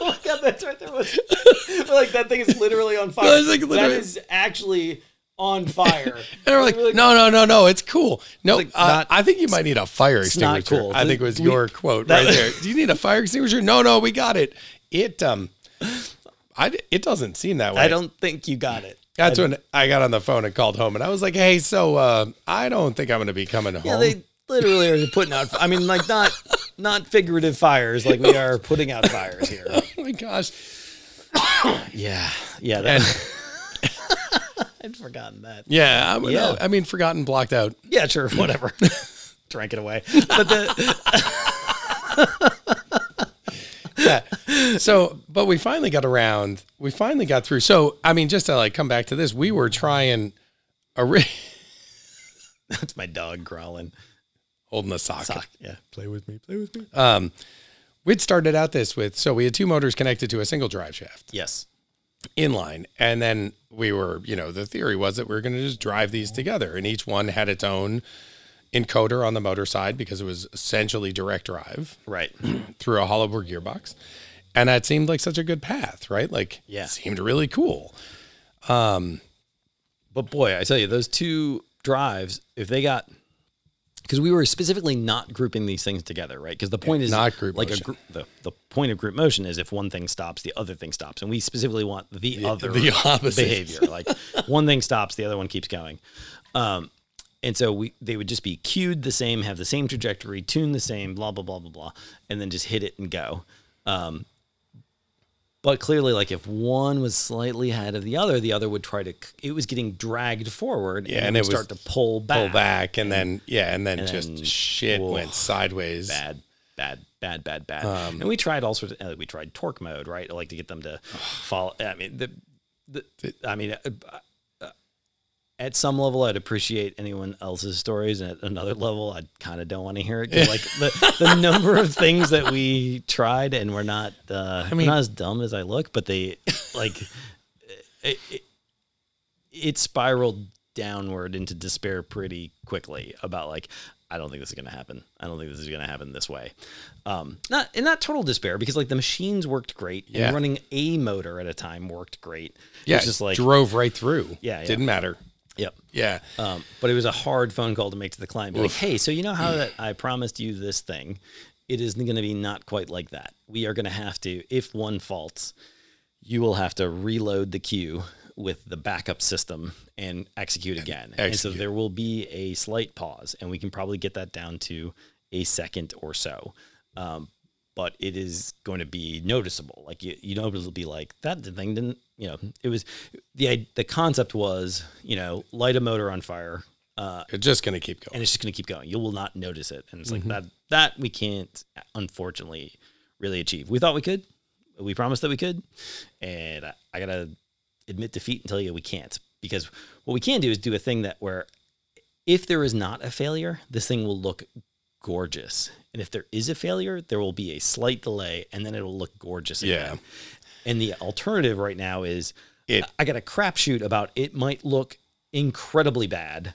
Oh my god, that's right. There was but, like that thing is literally on fire. No, it's, like, literally- That is actually on fire. And we're like, no, no, no, no, it's cool. No, like uh, not- I think you might need a fire not extinguisher. cool. I think was We- your quote that- right there. Do you need a fire extinguisher? No, no, we got it. It um, I d- it doesn't seem that way. I don't think you got it. That's when I got on the phone and called home, and I was like, "Hey, so uh, I don't think I'm going to be coming home." Yeah, they literally are putting out I mean like not not figurative fires like we are putting out fires here. oh my gosh! Yeah. Yeah, that, And I'd forgotten that. yeah, I, mean, Yeah. I mean, forgotten, blocked out. Yeah, sure, whatever. Drank it away. But the Yeah. so, but we finally got around. We finally got through. So, I mean, just to like come back to this, we were trying, ori- that's my dog growling. holding the sock. Fuck, Yeah. Play with me. Play with me. Um, we'd started out this with so we had two motors connected to a single drive shaft. Yes. inline. And then we were, you know, the theory was that we were going to just drive these together and each one had its own encoder on the motor side because it was essentially direct drive Right. through a Hollowberg gearbox. And that seemed like such a good path, right? Like, Yeah. it seemed really cool. But boy, I tell you, those two drives, if they got, because we were specifically not grouping these things together, right? Because the point is not group like motion. a group. The, the point of group motion is if one thing stops, the other thing stops, and we specifically want the, other the opposite. behavior. Like one thing stops, the other one keeps going. Um, and so we they would just be cued the same, have the same trajectory, tune the same, blah blah blah blah blah, and then just hit it and go. Um, but clearly, like if one was slightly ahead of the other, the other would try to. c- It was getting dragged forward, Yeah, and it it would was start to pull back. Pull back and then, yeah, and then just then- shit Whoa. went sideways. Bad, bad, bad, bad, bad. and we tried all sorts. Of, uh, we tried torque mode, right? Like to get them to fall. I mean, the, the, I mean. Uh, uh, at some level, I'd appreciate anyone else's stories, and at another level, I kind of don't want to hear it. 'cause, Like the, the number of things that we tried, and we're not, uh, we're mean- not as dumb as I look, but they, like, it, it, it spiraled downward into despair pretty quickly about like I don't think this is going to happen. I don't think this is going to happen this way. Um, not and not total despair because like the machines worked great. Yeah. And running a motor at a time worked great. Yeah, It was just like drove right through. Yeah, yeah. didn't matter. yep. Yeah, Um, but it was a hard phone call to make to the client. Be like, hey, so you know how that I promised you this thing? It is going to be not quite like that. We are going to have to, if one faults, you will have to reload the queue with the backup system and execute again. And so execute. there will be a slight pause, and we can probably get that down to a second or so. Um, but it is going to be noticeable. Like you, you know, it'll be like that thing didn't. You know, it was the i- the concept was you know light a motor on fire, uh, It's just gonna keep going. Mm-hmm. and it's just going to keep going. You will not notice it, and it's like that. That we can't unfortunately really achieve. We thought we could. We promised that we could, and I, I gotta admit defeat and tell you we can't because what we can do is do a thing that where if there is not a failure, this thing will look gorgeous. And if there is a failure, there will be a slight delay and then it'll look gorgeous again. And the alternative right now is It- I got a crapshoot about it might look incredibly bad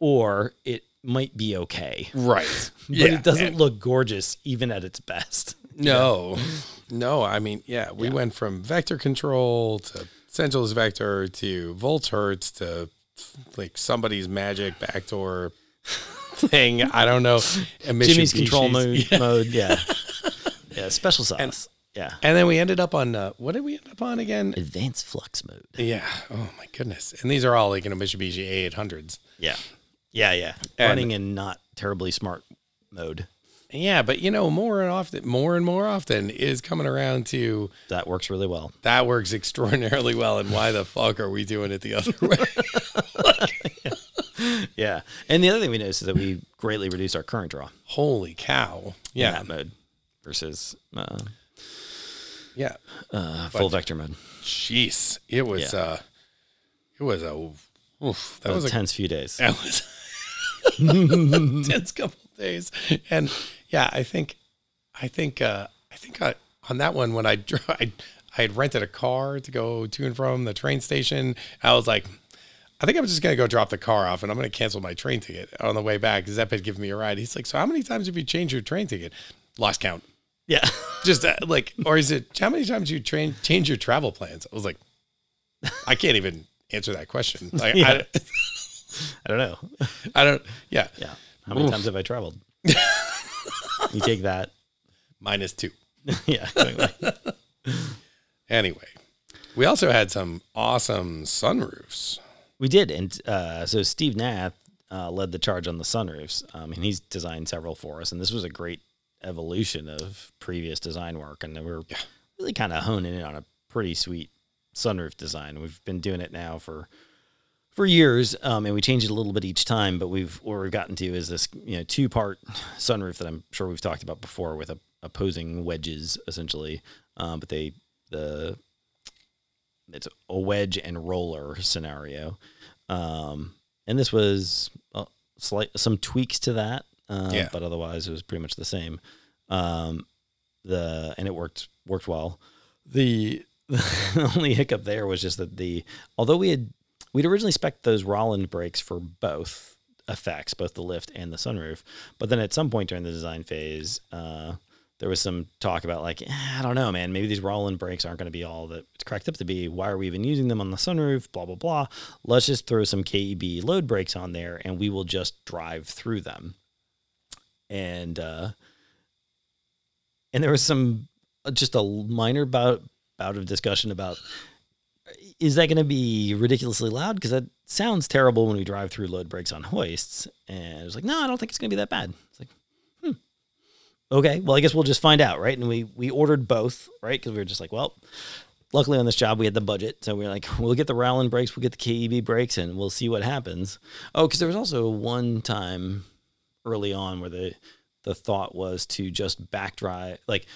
or it might be okay. right. But it doesn't look gorgeous even at its best. No, no. I mean, yeah, we went from vector control to centralist vector to volts hertz to like somebody's magic backdoor thing. I don't know. Emission Jimmy's control species. mode, mode yeah. yeah, special sauce. yeah. And then we ended up on uh, what did we end up on again? Advanced flux mode. Yeah. Oh my goodness. And these are all like in a Mitsubishi A800s. Yeah. Yeah, yeah. And- Running in not terribly smart mode. Yeah, but you know, more and often, more and more often is coming around to That works really well. that works extraordinarily well, and why the fuck are we doing it the other way? Yeah. And the other thing we noticed is that we greatly reduced our current draw Holy cow! in Yeah, that mode versus uh, yeah. uh, full vector mode. Jeez, it was Yeah. uh, it was a oof, that That was was a tense few days. that was tense couple of days, and yeah, I think, I think, uh, I think I, on that one when I drove, I, I had rented a car to go to and from the train station. I was like. I think I'm just gonna go drop the car off, and I'm gonna cancel my train ticket on the way back. Zep had given me a ride. He's like, "So how many times have you changed your train ticket?" Lost count. Yeah. just uh, like, or is it how many times you train change your travel plans? I was like, I can't even answer that question. Like, Yeah. I don't know. I, I don't. Yeah, Yeah. How many times have I traveled? you take that. minus two. yeah. anyway. Anyway, we also had some awesome sunroofs. We did, and uh, so Steve Nath uh, led the charge on the sunroofs, um, and he's designed several for us. And this was a great evolution of previous design work, and we're really kind of honing in on a pretty sweet sunroof design. We've been doing it now for for years, um, and we change it a little bit each time. But we've what we've gotten to is this you know two part sunroof that I'm sure we've talked about before with a, opposing wedges essentially, um, but they the it's a wedge and roller scenario, um, and this was uh, slight some tweaks to that, um, Yeah. but otherwise it was pretty much the same. Um, the and it worked worked well. The, the only hiccup there was just that the although we had we'd originally spec those Rolland brakes for both effects, both the lift and the sunroof. But then at some point during the design phase, uh, there was some talk about like, "Eh, I don't know, man, maybe these Rollin brakes aren't going to be all that it's cracked up to be. Why are we even using them on the sunroof? Blah, blah, blah. Let's just throw some KEB load brakes on there and we will just drive through them. And, uh, and there was some uh, just a minor bout bout of discussion about is that going to be ridiculously loud because that sounds terrible when we drive through load brakes on hoists and it was like no i don't think it's going to be that bad it's like hmm okay well i guess we'll just find out right and we we ordered both right because we were just like well luckily on this job we had the budget so we were like we'll get the Rowland brakes we'll get the keb brakes and we'll see what happens oh because there was also one time early on where the the thought was to just back drive like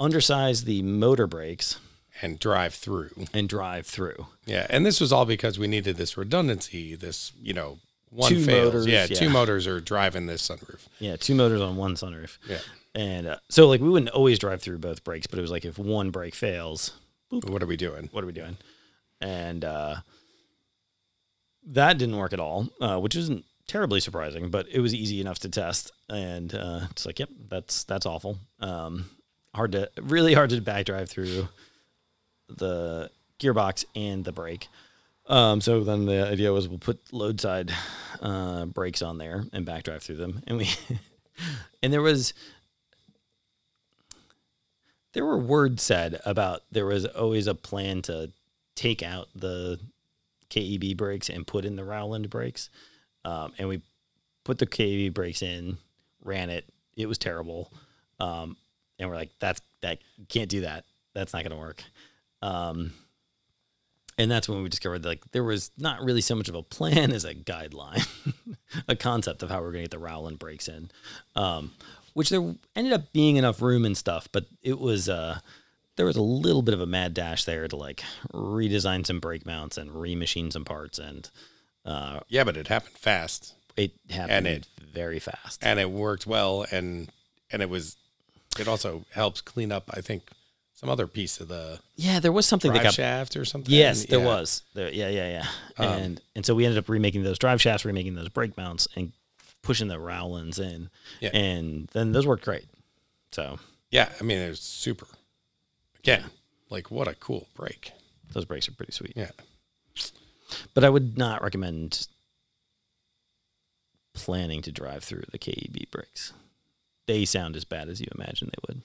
undersize the motor brakes and drive through. and drive through Yeah, and this was all because we needed this redundancy. This, you know, one Two fails. motors, yeah, yeah. two motors are driving this sunroof. yeah two motors on one sunroof Yeah, and uh, so like we wouldn't always drive through both brakes but it was like if one brake fails what are we doing? what are we doing and uh that didn't work at all uh which isn't terribly surprising but it was easy enough to test and uh it's like yep that's that's awful um hard to really hard to back drive through the gearbox and the brake. Um, so then the idea was we'll put load side uh, brakes on there and back drive through them, and we and there was there were words said about there was always a plan to take out the KEB brakes and put in the Rowland brakes, um, and we put the KEB brakes in, ran it. It was terrible, um, and we're like, that's that you can't do that. That's not gonna work um, and that's when we discovered like there was not really so much of a plan as a guideline, a concept of how we are going to get the Rowland breaks in, um, which there ended up being enough room and stuff, but it was uh, there was a little bit of a mad dash there to like redesign some brake mounts and remachine some parts, and uh, Yeah, but it happened fast, it happened it- very fast. and it worked well, and and it was, it also helps clean up. I think some other piece of the yeah, there was something that drive got shaft or something. Yes, there Yeah. Um, was. There, yeah, yeah, yeah. and and so we ended up remaking those drive shafts, remaking those brake mounts, and pushing the Rowlands in. Yeah. And then those worked great. So Yeah, I mean it was super. Again, like what a cool break. those brakes are pretty sweet. Yeah, But I would not recommend planning to drive through the KEB brakes. They sound as bad as you imagine they would.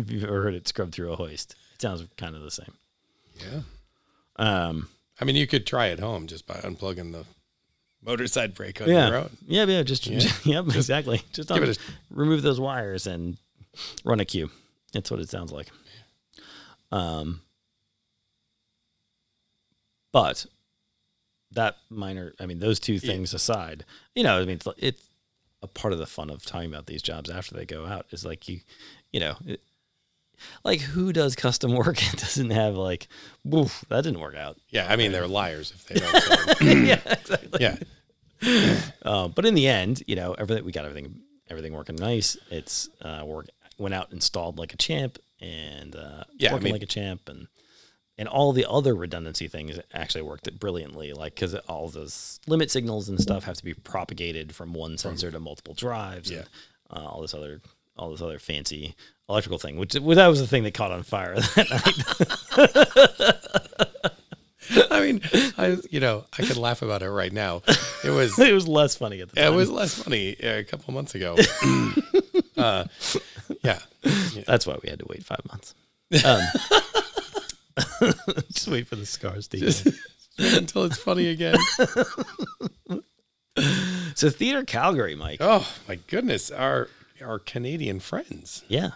if you've ever heard it scrubbed through a hoist, it sounds kind of the same. yeah. Um, I mean you could try at home just by unplugging the motor side brake on yeah. your own. Yeah, yeah, just, yep, exactly. Just give un- it remove those wires and run a queue. That's what it sounds like. Um, but that minor, I mean, those two things aside, you know, I mean, it's, it's a part of the fun of talking about these jobs after they go out is like you, you know, it, like who does custom work and doesn't have like, woof, that didn't work out. Yeah, I mean they're liars if they don't. say. yeah, exactly. yeah, Um, but in the end, you know, everything we got everything everything working nice. It's uh, work went out installed like a champ and uh, Yeah, I working mean- like a champ and and all the other redundancy things actually worked brilliantly. Like because all those limit signals and stuff have to be propagated from one sensor to multiple drives. Yeah. And, uh, all this other all this other fancy electrical thing, which well, that was the thing that caught on fire. That night. I mean, I you know I could laugh about it right now. It was it was less funny at the it time. was less funny uh, a couple months ago. uh, yeah, That's why we had to wait five months. Um, just wait for the scars to heal. until it's funny again. So theater Calgary, Mike. Oh my goodness, our our Canadian friends. Yeah.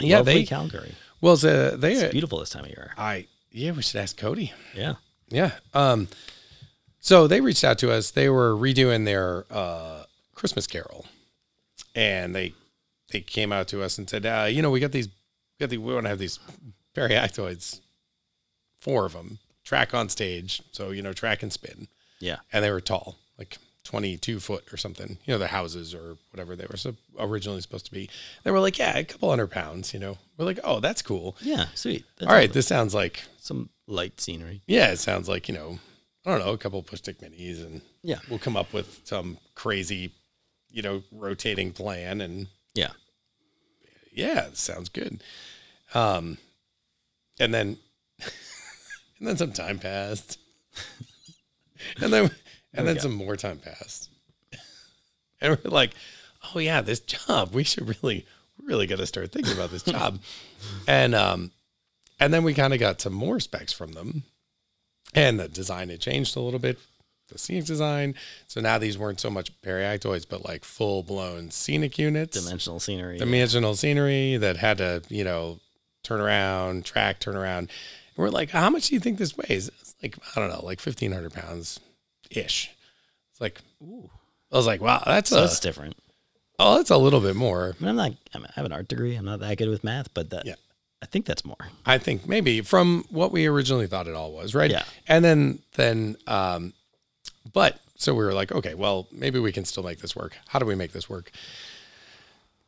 Yeah, Lovely they Calgary. well so they. uh, Beautiful this time of year. I yeah, we should ask Cody. Yeah. Yeah. Um, so they reached out to us. They were redoing their uh, Christmas Carol, and they they came out to us and said, uh, you know, we got these, we got the, we want to have these baryactoids, four of them, track on stage. So you know, track and spin, Yeah. and they were tall, like. 22 foot or something, you know, the houses or whatever they were so originally supposed to be. They were like, yeah, a couple hundred pounds, you know. We're like, oh, that's cool. Yeah. Sweet. That's All right, this sounds like Some light scenery. yeah, it sounds like, you know, I don't know, a couple push stick minis, and Yeah. we'll come up with some crazy, you know, rotating plan. And Yeah. yeah, it sounds good. Um, and then, and then some time passed, and then, and then Okay. some more time passed, and we're like, oh yeah, this job, we should really, we really got to start thinking about this job, and um, and then we kind of got some more specs from them, and the design had changed a little bit. The scenic design. So now these weren't so much periactoids, but like full blown scenic units Dimensional scenery. dimensional scenery that had to, you know, turn around, track, turn around. And we're like, how much do you think this weighs? It's like, I don't know, like 1,500 pounds ish. It's like, Ooh, I was like, wow, that's so a, that's different. oh, that's a little bit more. I mean, I'm not. I, mean, I have an art degree. I'm not that good with math, but that. Yeah. I think that's more. I think maybe from what we originally thought it all was, right? Yeah. And then, then, um, but so we were like, okay, well, maybe we can still make this work. How do we make this work?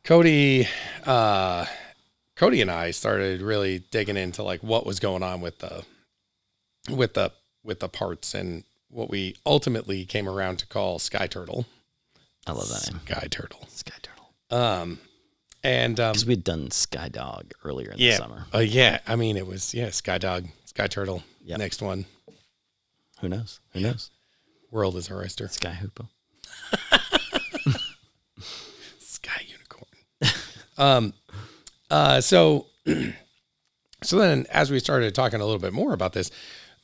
Cody, uh, Cody and I started really digging into like what was going on with the, with the, with the parts and what we ultimately came around to call Sky Turtle. I love that name. Sky Turtle. Sky Turtle. Um, and um, Because we had done Sky Dog earlier in yeah. the summer. Uh, yeah. I mean, it was, yeah, Sky Dog, Sky Turtle. Yep. Next one. Who knows? Who knows? World is our oyster. Sky Hoopo. Sky unicorn. um, uh, so, so then as we started talking a little bit more about this,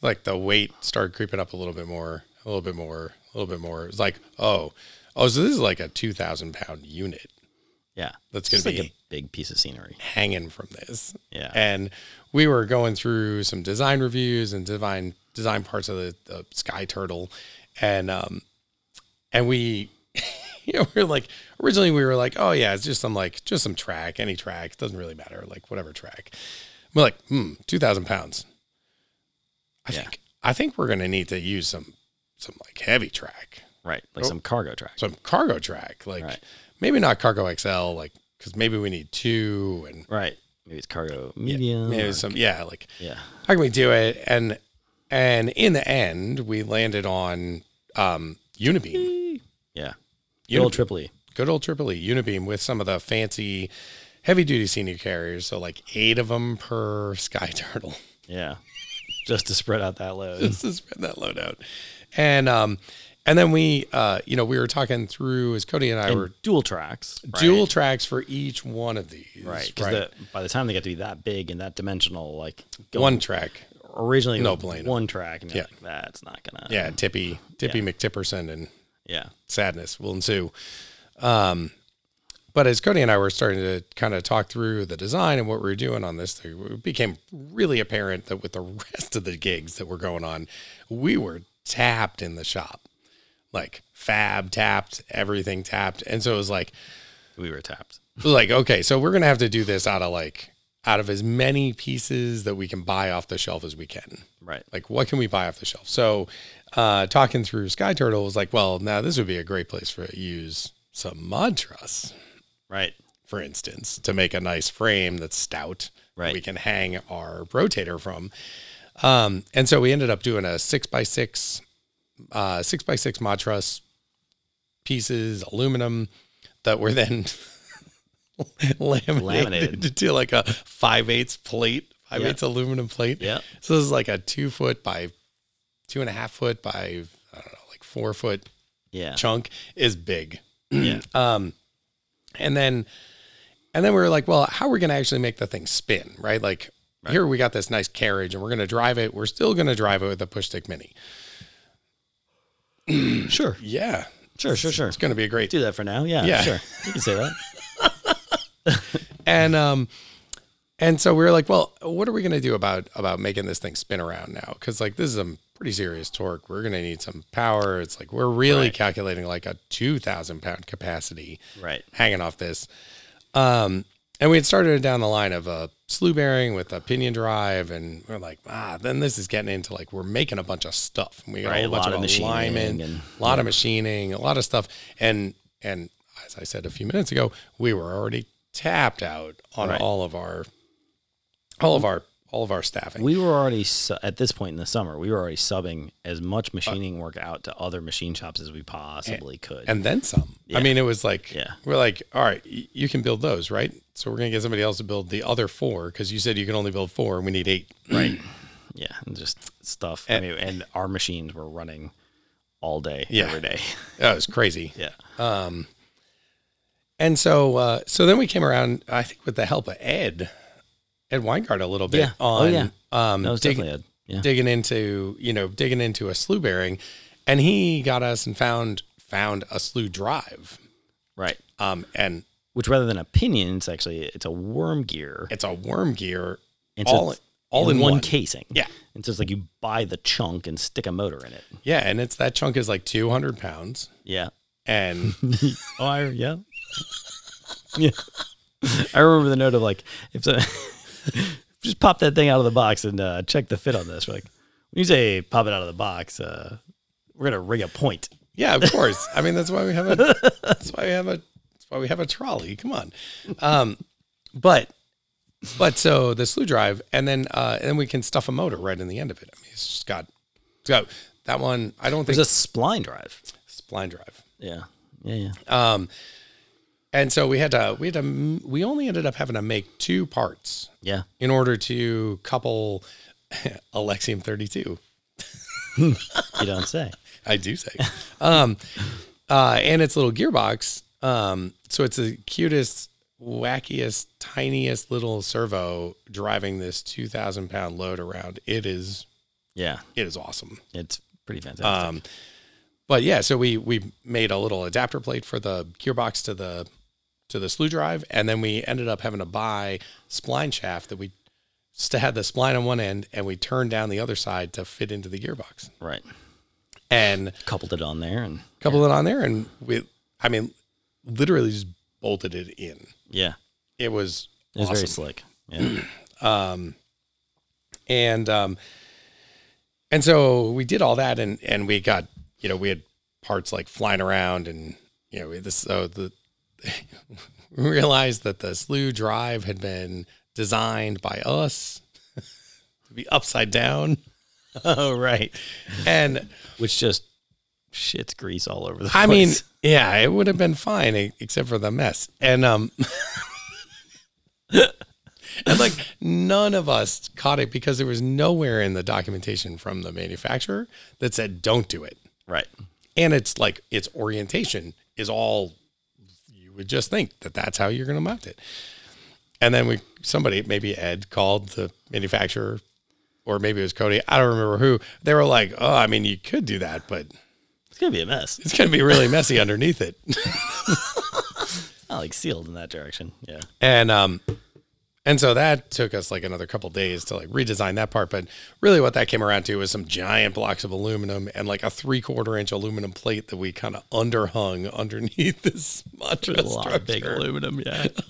like the weight started creeping up a little bit more, a little bit more, a little bit more. It was like, oh, oh, so this is like a two thousand pound unit Yeah. That's It's gonna like be- Eh. a big piece of scenery. hanging from this. Yeah. And we were going through some design reviews and design design parts of the, the Sky Turtle, and um, and we, you know, we were like originally we were like, oh yeah, it's just some like just some track, any track doesn't really matter, like whatever track. We're like, hmm, two thousand pounds. I Yeah. think I think we're gonna need to use some some like heavy track, right. Like some cargo track. some cargo track, like Right. maybe not cargo XL, like because maybe we need two and. Right. Maybe it's cargo yeah, medium. maybe or- some, yeah, like yeah. how can we do it? And and in the end, we landed on um, Unibeam, Yeah. Unibeam. Good old Tripoli. good old Triple E Unibeam with some of the fancy heavy duty senior carriers. So like eight of them per Sky Turtle. Yeah. Just to spread out that load. Just to spread that load out. And um, and then we uh, you know, we were talking through as Cody and I were and dual tracks. right? dual tracks for each one of these. Right. Because by the time they got to be that big and that dimensional, like go- one track. originally No it was bueno. one track, and yeah. Yeah. like, that's not gonna. Yeah, Tippy Tippy McTipperson and Yeah. sadness will ensue. Um, but as Cody and I were starting to kind of talk through the design and what we were doing on this, it became really apparent that with the rest of the gigs that were going on, we were tapped in the shop, like fab tapped, everything tapped, and so it was like, We were tapped. it was like okay, so we're gonna have to do this out of like out of as many pieces that we can buy off the shelf as we can Right. like what can we buy off the shelf so uh talking through sky turtle was like well now this would be a great place for use some mud truss Right. for instance to make a nice frame that's stout that Right. we can hang our rotator from um and so we ended up doing a six by six uh six by six mod truss pieces aluminum that were then laminated, Laminated. to like a five eighths plate five eighths aluminum plate Yeah. so this is like a two foot by two and a half foot by I don't know, like four foot Yeah. chunk is big. Yeah. Um, and then and then we were like, well, how are we gonna actually make the thing spin, right? Like here we got this nice carriage and we're gonna drive it. We're still gonna drive it with a push stick mini. Um, Sure. Yeah. Sure. Sure. Sure. It's gonna be a great Do that for now. Yeah. Yeah. Sure. You can say that. and um and so we were like well what are we going to do about about making this thing spin around now because like this is a pretty serious torque we're going to need some power it's like we're really calculating like a 2000 pound capacity Right. hanging off this um and we had started down the line of a slew bearing with a pinion drive and we're like ah then this is getting into like we're making a bunch of stuff and we got Right, a whole bunch lot of, of machining alignment and- a lot of machining a lot of stuff and and as i said a few minutes ago we were already tapped out on Right. all of our all of our all of our staffing. We were already su- at this point in the summer. We were already subbing as much machining work out to other machine shops as we possibly could. and then some. Yeah. I mean, it was like Yeah. we're like, all right, y- you can build those, right? So we're gonna get somebody else to build the other four because you said you can only build four, and we need eight, right? yeah, and just stuff. And- I mean, and our machines were running all day, Yeah. every day. that was crazy. yeah, And so, uh, so then we came around. I think with the help of Ed, Ed Weingart, a little bit Yeah. Oh, on yeah. um, that was dig- definitely a yeah. digging into you know digging into a slew bearing, and he got us and found found a slew drive. right. Um, and Which rather than a pinion, it's actually it's a worm gear. it's a worm gear And all it's all in, one, one. casing. Yeah. and so it's like you buy the chunk and stick a motor in it. Yeah, and it's that chunk is like two hundred pounds, Yeah. and Oh, I, yeah. Yeah. I remember the note of like, if so, just pop that thing out of the box and uh, check the fit on this. We're like, when you say pop it out of the box, uh, we're gonna ring a point. Yeah, of course. I mean, that's why we have a that's why we have a that's why we have a trolley. Come on, um, but but so the slew drive, and then uh, and then we can stuff a motor right in the end of it. I mean, it's just got it's got that one. I don't There's think a spline drive. spline drive. Yeah. Yeah. Yeah. Um, and so we had to we had to m- we only ended up having to make two parts Yeah. in order to couple Alexium thirty two. You don't say. I do say. um, uh, and its little gearbox. Um, so it's the cutest, wackiest, tiniest little servo driving this two thousand pound load around. It is Yeah. it is awesome. It's pretty fantastic. Um, but yeah, so we we made a little adapter plate for the gearbox to the to the slew drive, and then we ended up having to buy spline shaft that we st- had the spline on one end, and we turned down the other side to fit into the gearbox. right. And Coupled it on there and coupled it on there, and we, I mean, literally just bolted it in. yeah. It was It was very awesome, slick. Yeah. and um, and so we did all that, and and we got you know we had parts like flying around, and you know we- this so the we realized that the slew drive had been designed by us to be upside down, oh right. and Which just shits grease all over the place. I mean, yeah, it would have been fine e- except for the mess. And um and like none of us caught it because there was nowhere in the documentation from the manufacturer that said don't do it. right. And it's like its orientation is all you would just think that that's how you're going to mount it. And then we somebody maybe Ed called the manufacturer or maybe it was Cody, I don't remember who. They were like, "Oh, I mean, you could do that, but It's gonna be a mess. It's it's going to be really messy underneath it." not like sealed in that direction. Yeah. and um and so that took us like another couple days to like redesign that part but really what that came around to was some giant blocks of aluminum and like a three quarter inch aluminum plate that we kind of underhung underneath this mantra a lot of big structure. aluminum. Yeah.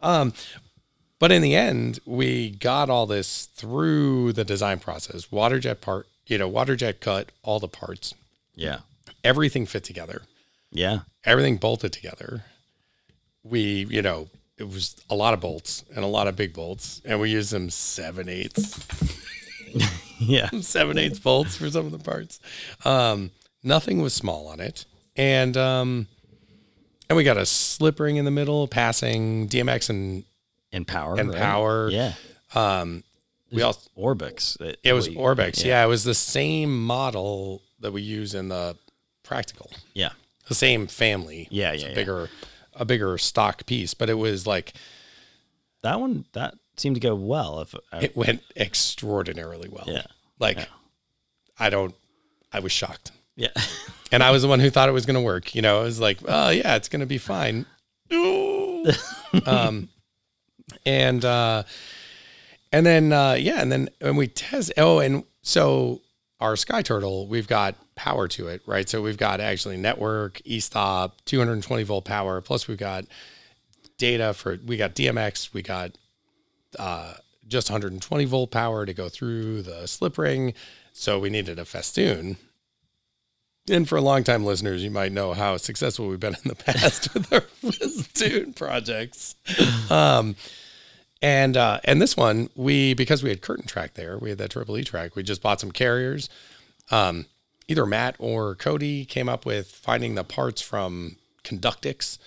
but in the end we got all this through the design process waterjet part you know waterjet cut all the parts Yeah. everything fit together Yeah. everything bolted together. We, you know, it was a lot of bolts and a lot of big bolts, and we used them seven eighths, Yeah. seven eighths bolts for some of the parts. Um, nothing was small on it, and um, and we got a slip ring in the middle, passing DMX, and And power. And right? power. Yeah. we all Orbix. It, it was we- Orbex. yeah, it was the same model that we use in the practical. Yeah. the same family. Yeah, It's yeah, a yeah. bigger, a bigger stock piece, but it was like That one that seemed to go well. If uh, I, it went extraordinarily well. yeah. like Yeah. I don't, I was shocked, Yeah. and I was the one who thought it was going to work. You know, I was like, oh yeah, it's going to be fine. No. um, and uh, and then uh, yeah, and then and we test. Oh, and so our Sky Turtle, we've got power to it, right? So we've got actually network, e-stop, 220 volt power. Plus we've got data for we got DMX, we got uh, just 120 volt power to go through the slip ring. So we needed a festoon. And for longtime listeners, you might know how successful we've been in the past with our festoon projects. Um, And uh, and this one, we because we had curtain track there, we had that triple E track. We just bought some carriers. Um, either Matt or Cody came up with finding the parts from Conductix,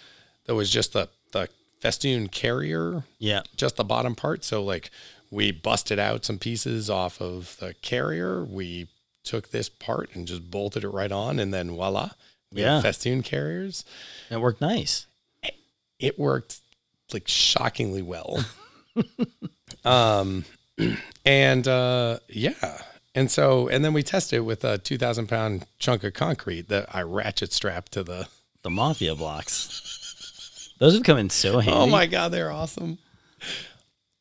that was just the the festoon carrier, Yeah. just the bottom part. So like we busted out some pieces off of the carrier. We took this part and just bolted it right on, and then voila, we Yeah. have festoon carriers. It worked nice. It worked like shockingly well. um, and uh, yeah. And so, and then we tested it with a 2,000 pound chunk of concrete that I ratchet strapped to the. The mafia blocks. Those would come in so handy. Oh my god, they're awesome.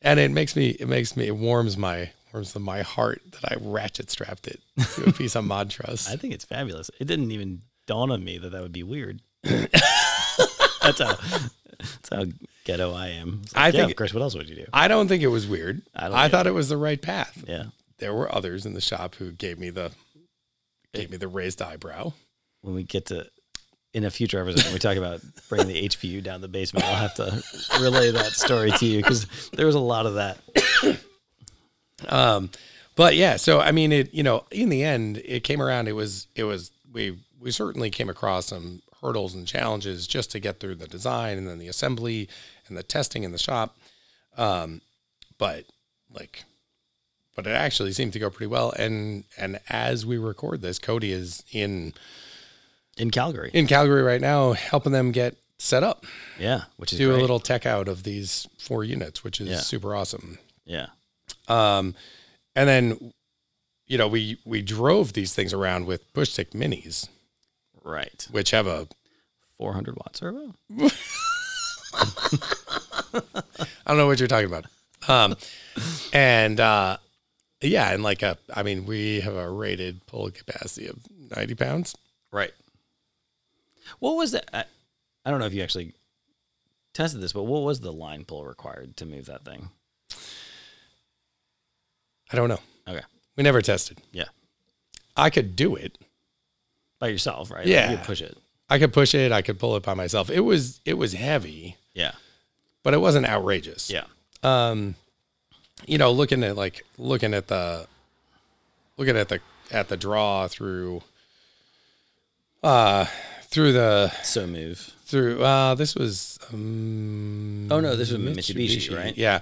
And it makes me it makes me it warms my warms my heart that I ratchet strapped it to a piece of mod truss. I think it's fabulous. It didn't even dawn on me that that would be weird. that's how that's how ghetto I am. It's like, I yeah, think- of course. What else would you do? I don't think it was weird. I I, don't think thought it was the right path. Yeah. There were others in the shop who gave me the gave me the raised eyebrow. When we get to in a future episode, when we talk about bringing the HPU down the basement, I'll have to relay that story to you because there was a lot of that. Um, but yeah, so I mean, it you know, in the end, it came around. It was it was we we certainly came across some hurdles and challenges just to get through the design and then the assembly and the testing in the shop. Um, but like, but it actually seemed to go pretty well. And and as we record this, Cody is in In Calgary. in Calgary right now, helping them get set up, Yeah. Which is do great. a little tech out of these four units, which is Yeah. super awesome. Yeah. Um, and then, you know, we we drove these things around with push stick minis, Right. which have a 400 watt servo. I don't know what you're talking about. Um, and uh, yeah, and like a, I mean, we have a rated pull capacity of 90 pounds. Right. What was that? I, I don't know if you actually tested this, but what was the line pull required to move that thing? I don't know. Okay. We never tested. Yeah. I could do it. By yourself, right? Yeah. You could push it. I could push it. I could pull it by myself. It was it was heavy, Yeah. but it wasn't outrageous. Yeah. um you know looking at like looking at the looking at the at the draw through uh through the So move. through uh this was um, Oh, no, this was Mitsubishi, right? yeah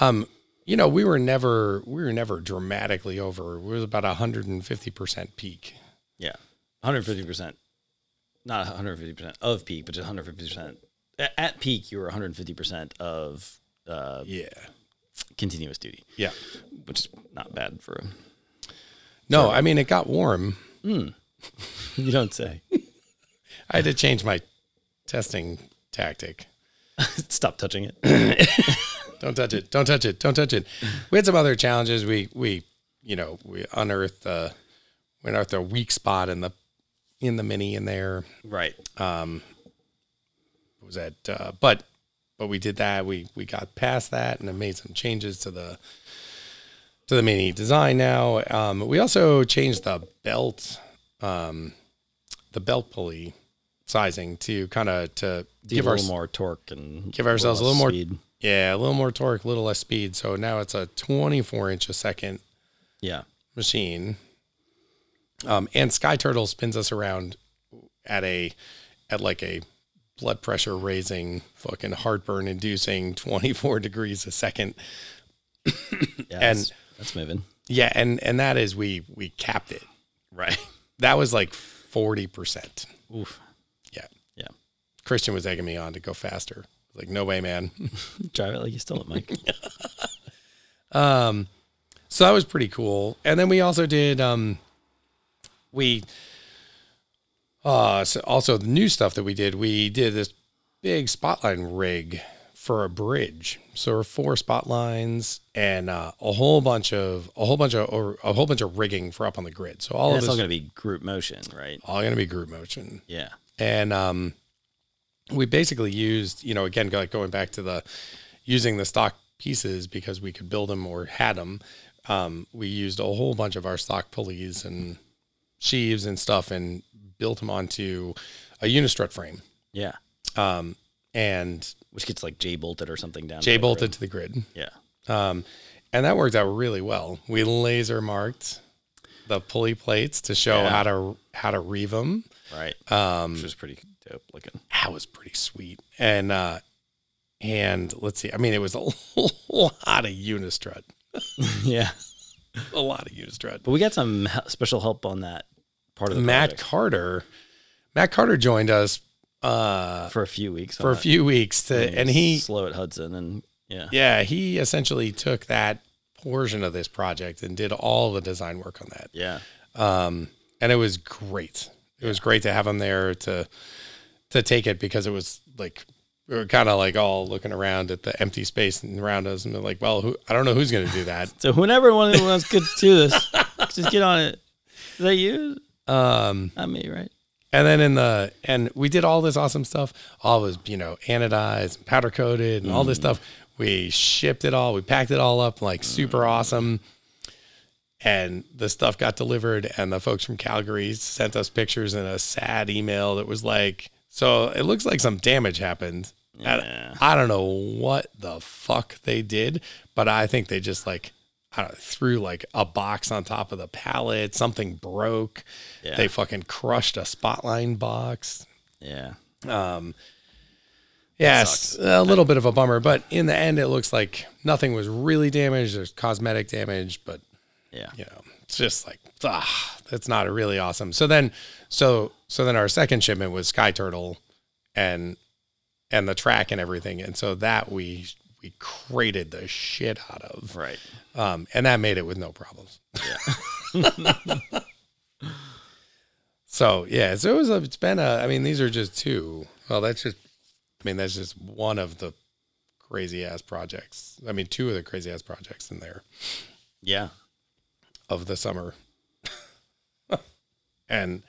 um you know we were never we were never dramatically over we was about 150% peak Yeah. 150%. Not 150% of peak, but just 150%. A- At peak, you were 150% of uh, yeah continuous duty, yeah which is not bad for no i mean it got warm You don't say. i had to change my testing tactic Stop touching it. don't touch it don't touch it don't touch it we had some other challenges we we you know we unearthed uh we unearthed a weak spot in the in the mini in there right. It was that uh but but we did that we we got past that and then made some changes to the to the mini design now um we also changed the belt um the belt pulley sizing to kind of to Give give a our little more torque and give ourselves a little more- speed. yeah a little more torque a little less speed so now it's a 24 inch a second Yeah. machine. Um, and Sky Turtle spins us around at a at like a blood pressure raising, fucking heartburn inducing 24 degrees a second. Yeah, And- that's, that's moving. Yeah, and and that is we we capped it. Right. That was like 40%. Oof. Yeah. Yeah. Christian was egging me on to go faster. I was Like, no way, man. Drive it like you stole it, Mike. Um, so that was pretty cool. And then we also did um, we uh so also the new stuff that we did. We did this big spotline rig for a bridge. So there were four spotlines and uh, a whole bunch of a whole bunch of or a whole bunch of rigging for up on the grid. So all And of it's this all going to be group motion, right? all gonna be group motion Yeah. and um, we basically used you know again go- like going back to the using the stock pieces because we could build them or had them um, we used a whole bunch of our stock pulleys and sheaves and stuff and built them onto a unistrut frame Yeah. um, and which gets like J bolted or something down. to the J grid. bolted to the grid. Yeah. Um, and that worked out really well. We laser marked the pulley plates to show Yeah. how to how to reeve them. Right. Um, Which was pretty dope looking. that was pretty sweet. And uh, and let's see, I mean, it was a lot of unistrut, yeah. a lot of unistrut. But we got some he- special help on that part of the Matt project Carter, Matt Carter joined us uh, for a few weeks. for on a it. few weeks to, and he slow at Hudson and yeah. yeah he essentially took that portion of this project and did all the design work on that. Yeah. um, and it was great. It was great to have him there to to take it because it was like we were kind of like all looking around at the empty space and around us and they're like, well, who, I don't know who's going to do that. So whenever one of us could do this, just get on it. Is that you? um, Not me, right? and then in the and we did all this awesome stuff. All was you know anodized, and powder coated, and all this stuff. We shipped it all. We packed it all up like super awesome. And the stuff got delivered, and the folks from Calgary sent us pictures in a sad email that was like, "So it looks like some damage happened." And Yeah. I don't know what the fuck they did, but I think they just like I don't know, threw like a box on top of the pallet. Something broke. Yeah. They fucking crushed a spotline box. yeah. Um, yes, a little bit of a bummer, but in the end, it looks like nothing was really damaged. There's cosmetic damage, but Yeah. you know, it's just like ah, that's not really awesome. So then, so so then our second shipment was Sky Turtle, and and the track and everything, and so that we we crated the shit out of, Right. um, and that made it with no problems. so yeah, so it was a, it's been a. I mean, these are just two. Well, that's just. I mean, that's just one of the crazy ass projects. I mean, two of the crazy ass projects in there Yeah. of the summer. and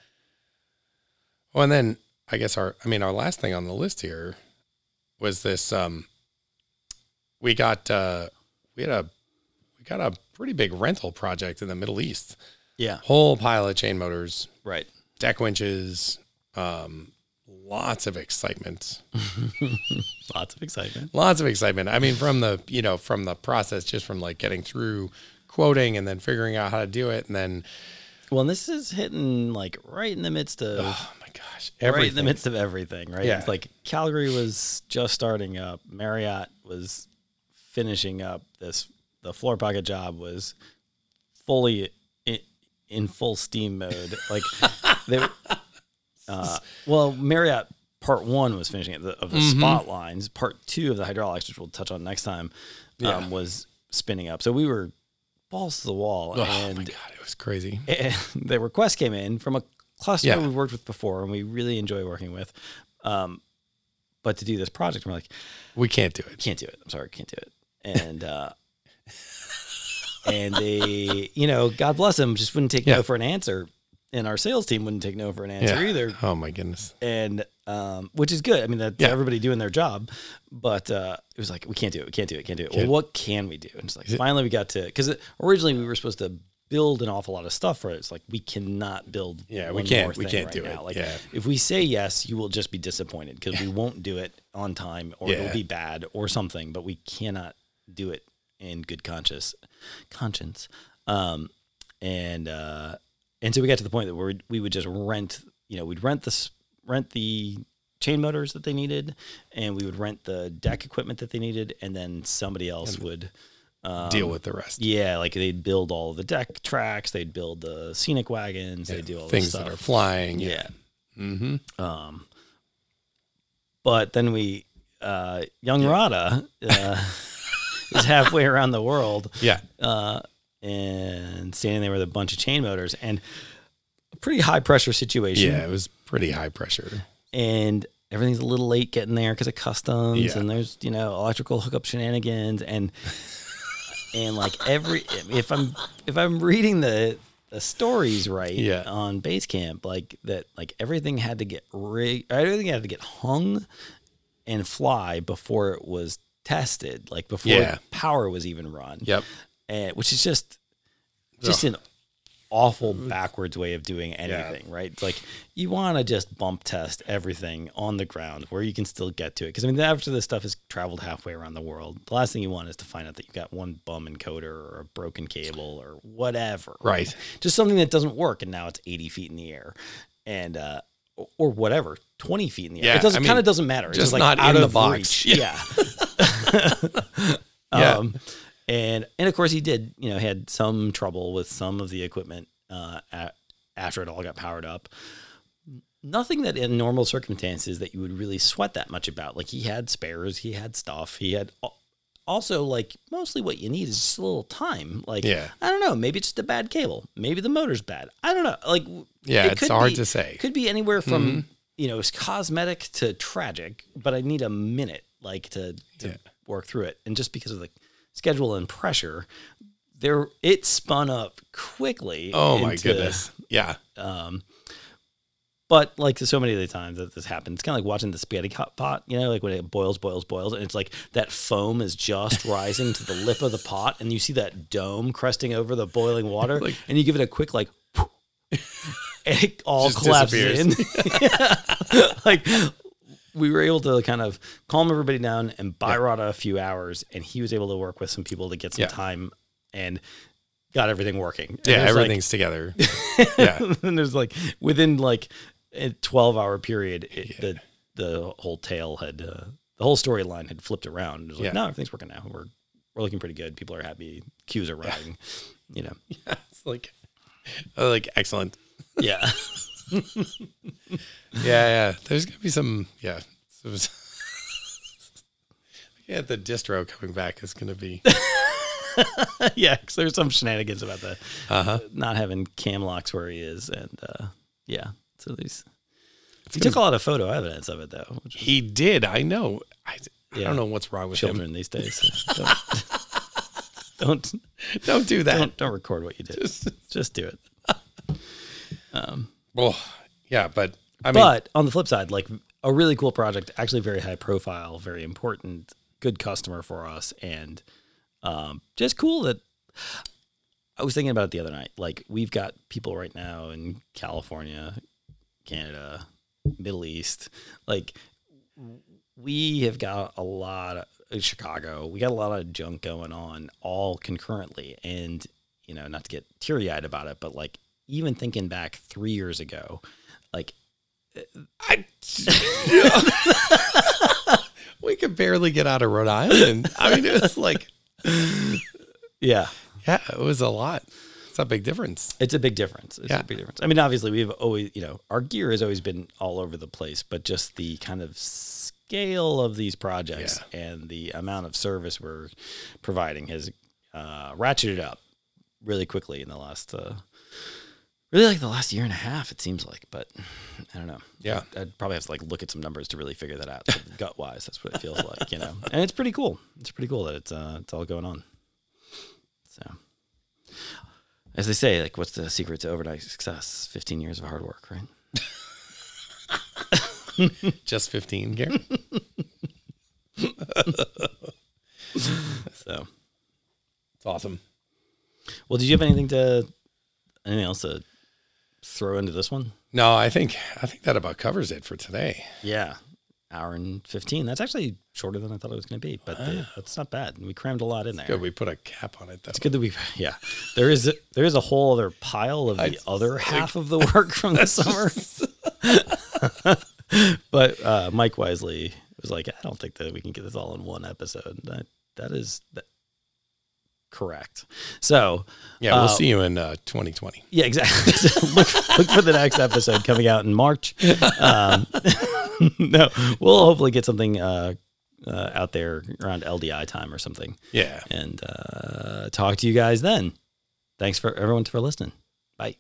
well, and then I guess our I mean our last thing on the list here was this um we got uh we had a we got a pretty big rental project in the Middle East. Yeah. Whole pile of chain motors, Right. deck winches, um lots of excitement. Lots of excitement. Lots of excitement. I mean from the, you know, from the process just from like getting through quoting and then figuring out how to do it and then Well, and this is hitting like right in the midst of oh my gosh, right in the midst of everything, right? Yeah. It's like Calgary was just starting up, Marriott was finishing up this the floor pocket job was fully in, in full steam mode. Like they uh, well, Marriott part 1 was finishing it the, of the Mm-hmm. spot lines, part 2 of the hydraulics which we'll touch on next time um, Yeah. was spinning up. So we were balls to the wall Oh my and god, it was crazy. and the request came in from a cluster Yeah. we've worked with before and we really enjoy working with. Um, but to do this project, we're like, We can't do it. can't do it. I'm sorry, can't do it. And uh, and they, you know, God bless them, just wouldn't take Yeah. no for an answer, and our sales team wouldn't take no for an answer Yeah. either. Oh my goodness. And um, which is good. I mean, that's Yeah. everybody doing their job. But uh, it was like, we can't do it. We can't do it. Can't do it. Can't- Well, what can we do? And it's like, finally, we got to because originally we were supposed to build an awful lot of stuff for it. It's like we cannot build. Yeah, we one can't- more we thing can't right do it. now. Like, Yeah. if we say yes, you will just be disappointed because we won't do it on time, or Yeah. it'll be bad or something. But we cannot do it in good conscience, conscience. Um, and uh, and so we got to the point that we we would just rent. You know, we'd rent this rent the chain motors that they needed, and we would rent the deck equipment that they needed, and then somebody else would. Deal with the rest. Um, Yeah, like they'd build all the deck tracks, they'd build the scenic wagons, they'd do all Things this stuff. that are flying. yeah. Mm-hmm. Um, but then we, uh, young Rada uh, is halfway around the world Yeah. uh, and standing there with a bunch of chain motors and a pretty high pressure situation. Yeah. It was pretty high pressure. And everything's a little late getting there because of customs Yeah. and there's, you know, electrical hookup shenanigans and, and like every, if I'm, if I'm reading the, the stories right Yeah. on Basecamp, like that, like everything had to get rigged, everything had to get hung and fly before it was tested, like before Yeah. power was even run Yep. and which is just just an awful backwards way of doing anything, right? It's like you want to just bump test everything on the ground where you can still get to it. Because I mean, after this stuff has traveled halfway around the world, the last thing you want is to find out that you've got one bum encoder or a broken cable or whatever, Right. Just something that doesn't work, and now it's eighty feet in the air, and uh, or whatever, twenty feet in the air. Yeah, it doesn't I mean, kind of doesn't matter. It's just just, like not out in the of box. reach. Yeah. yeah. Yeah. Um, and and of course he did. You know, he had some trouble with some of the equipment uh, a after it all got powered up. Nothing that in normal circumstances that you would really sweat that much about. Like he had spares, he had stuff, he had. al- Also, like mostly what you need is just a little time. Like, Yeah. I don't know, maybe it's just a bad cable, maybe the motor's bad. I don't know. Like, w- Yeah, it it's could hard be- to say. Mm-hmm. Could be anywhere from you know it's cosmetic to tragic, but I need a minute like to to Yeah. work through it. And just because of the schedule and pressure, there it spun up quickly. Oh my into- goodness. Yeah. Um, but like so many of the times that this happens, it's kind of like watching the spaghetti hot pot. You know, like when it boils, boils, boils, and it's like that foam is just rising to the lip of the pot, and you see that dome cresting over the boiling water, Like- and you give it a quick like. And it all Just collapses in. like we were able to kind of calm everybody down and buy Rada a few hours, and he was able to work with some people to get some Yeah. time and got everything working. And Yeah. there's, like, Everything's together. yeah. and there's like within like a 12 hour period it, the the whole tale had uh, the whole storyline had flipped around it was like Yeah. no everything's working now we're we're looking pretty good people are happy cues are running you know It's like, oh, like excellent. yeah Yeah. Yeah. There's going to be some, yeah. Some, yeah. The distro coming back is going to be, yeah 'cause there's some shenanigans about the uh huh. not having cam locks where he is and uh yeah so these he gonna- took a lot of photo evidence of it though which is He did. I know. I, I Yeah. don't know what's wrong with him. children these days don't, don't Don't do that. don't don't record what you did just do it Well, yeah. But I mean, but on the flip side, like a really cool project, actually very high profile, very important, good customer for us, and um, just cool that I was thinking about it the other night. Like we've got people right now in California, Canada, Middle East, like we have got a lot of in Chicago. We got a lot of junk going on all concurrently. And, you know, not to get teary eyed about it, but like even thinking back three years ago, like I, we could barely get out of Rhode Island. I mean, it was like, Yeah, yeah, it was a lot. It's a big difference. it's a big difference. It's Yeah. a big difference. I mean, obviously, we've always, you know, our gear has always been all over the place, but just the kind of scale of these projects and the amount of service we're providing has uh, ratcheted up really quickly in the last, uh, really like the last year and a half, it seems like. But I don't know. Yeah. I'd probably have to like look at some numbers to really figure that out. Gut wise, that's what it feels like, you know. And it's pretty cool. It's pretty cool that it's uh, it's all going on. So, as they say, like, what's the secret to overnight success? Fifteen years of hard work, right? Just 15, Gary. So, It's awesome. well, did you have anything to anything else to throw into this one? No, I think I think that about covers it for today. Yeah, hour and fifteen. That's actually shorter than I thought it was going to be, but the- that's not bad. We crammed a lot in there. Good, we put a cap on it though. It's good that we, yeah. There is a, there is a whole other pile of the other half of the work from the summer. but uh, Mike Wisely was like, I don't think that we can get this all in one episode. That that is that, correct. So Yeah, we'll uh, see you in uh, 2020. yeah, exactly. So look, look for the next episode coming out in March. Um, no, we'll hopefully get something uh, uh, out there around LDI time or something Yeah. and uh, talk to you guys then. Thanks for everyone for listening. Bye.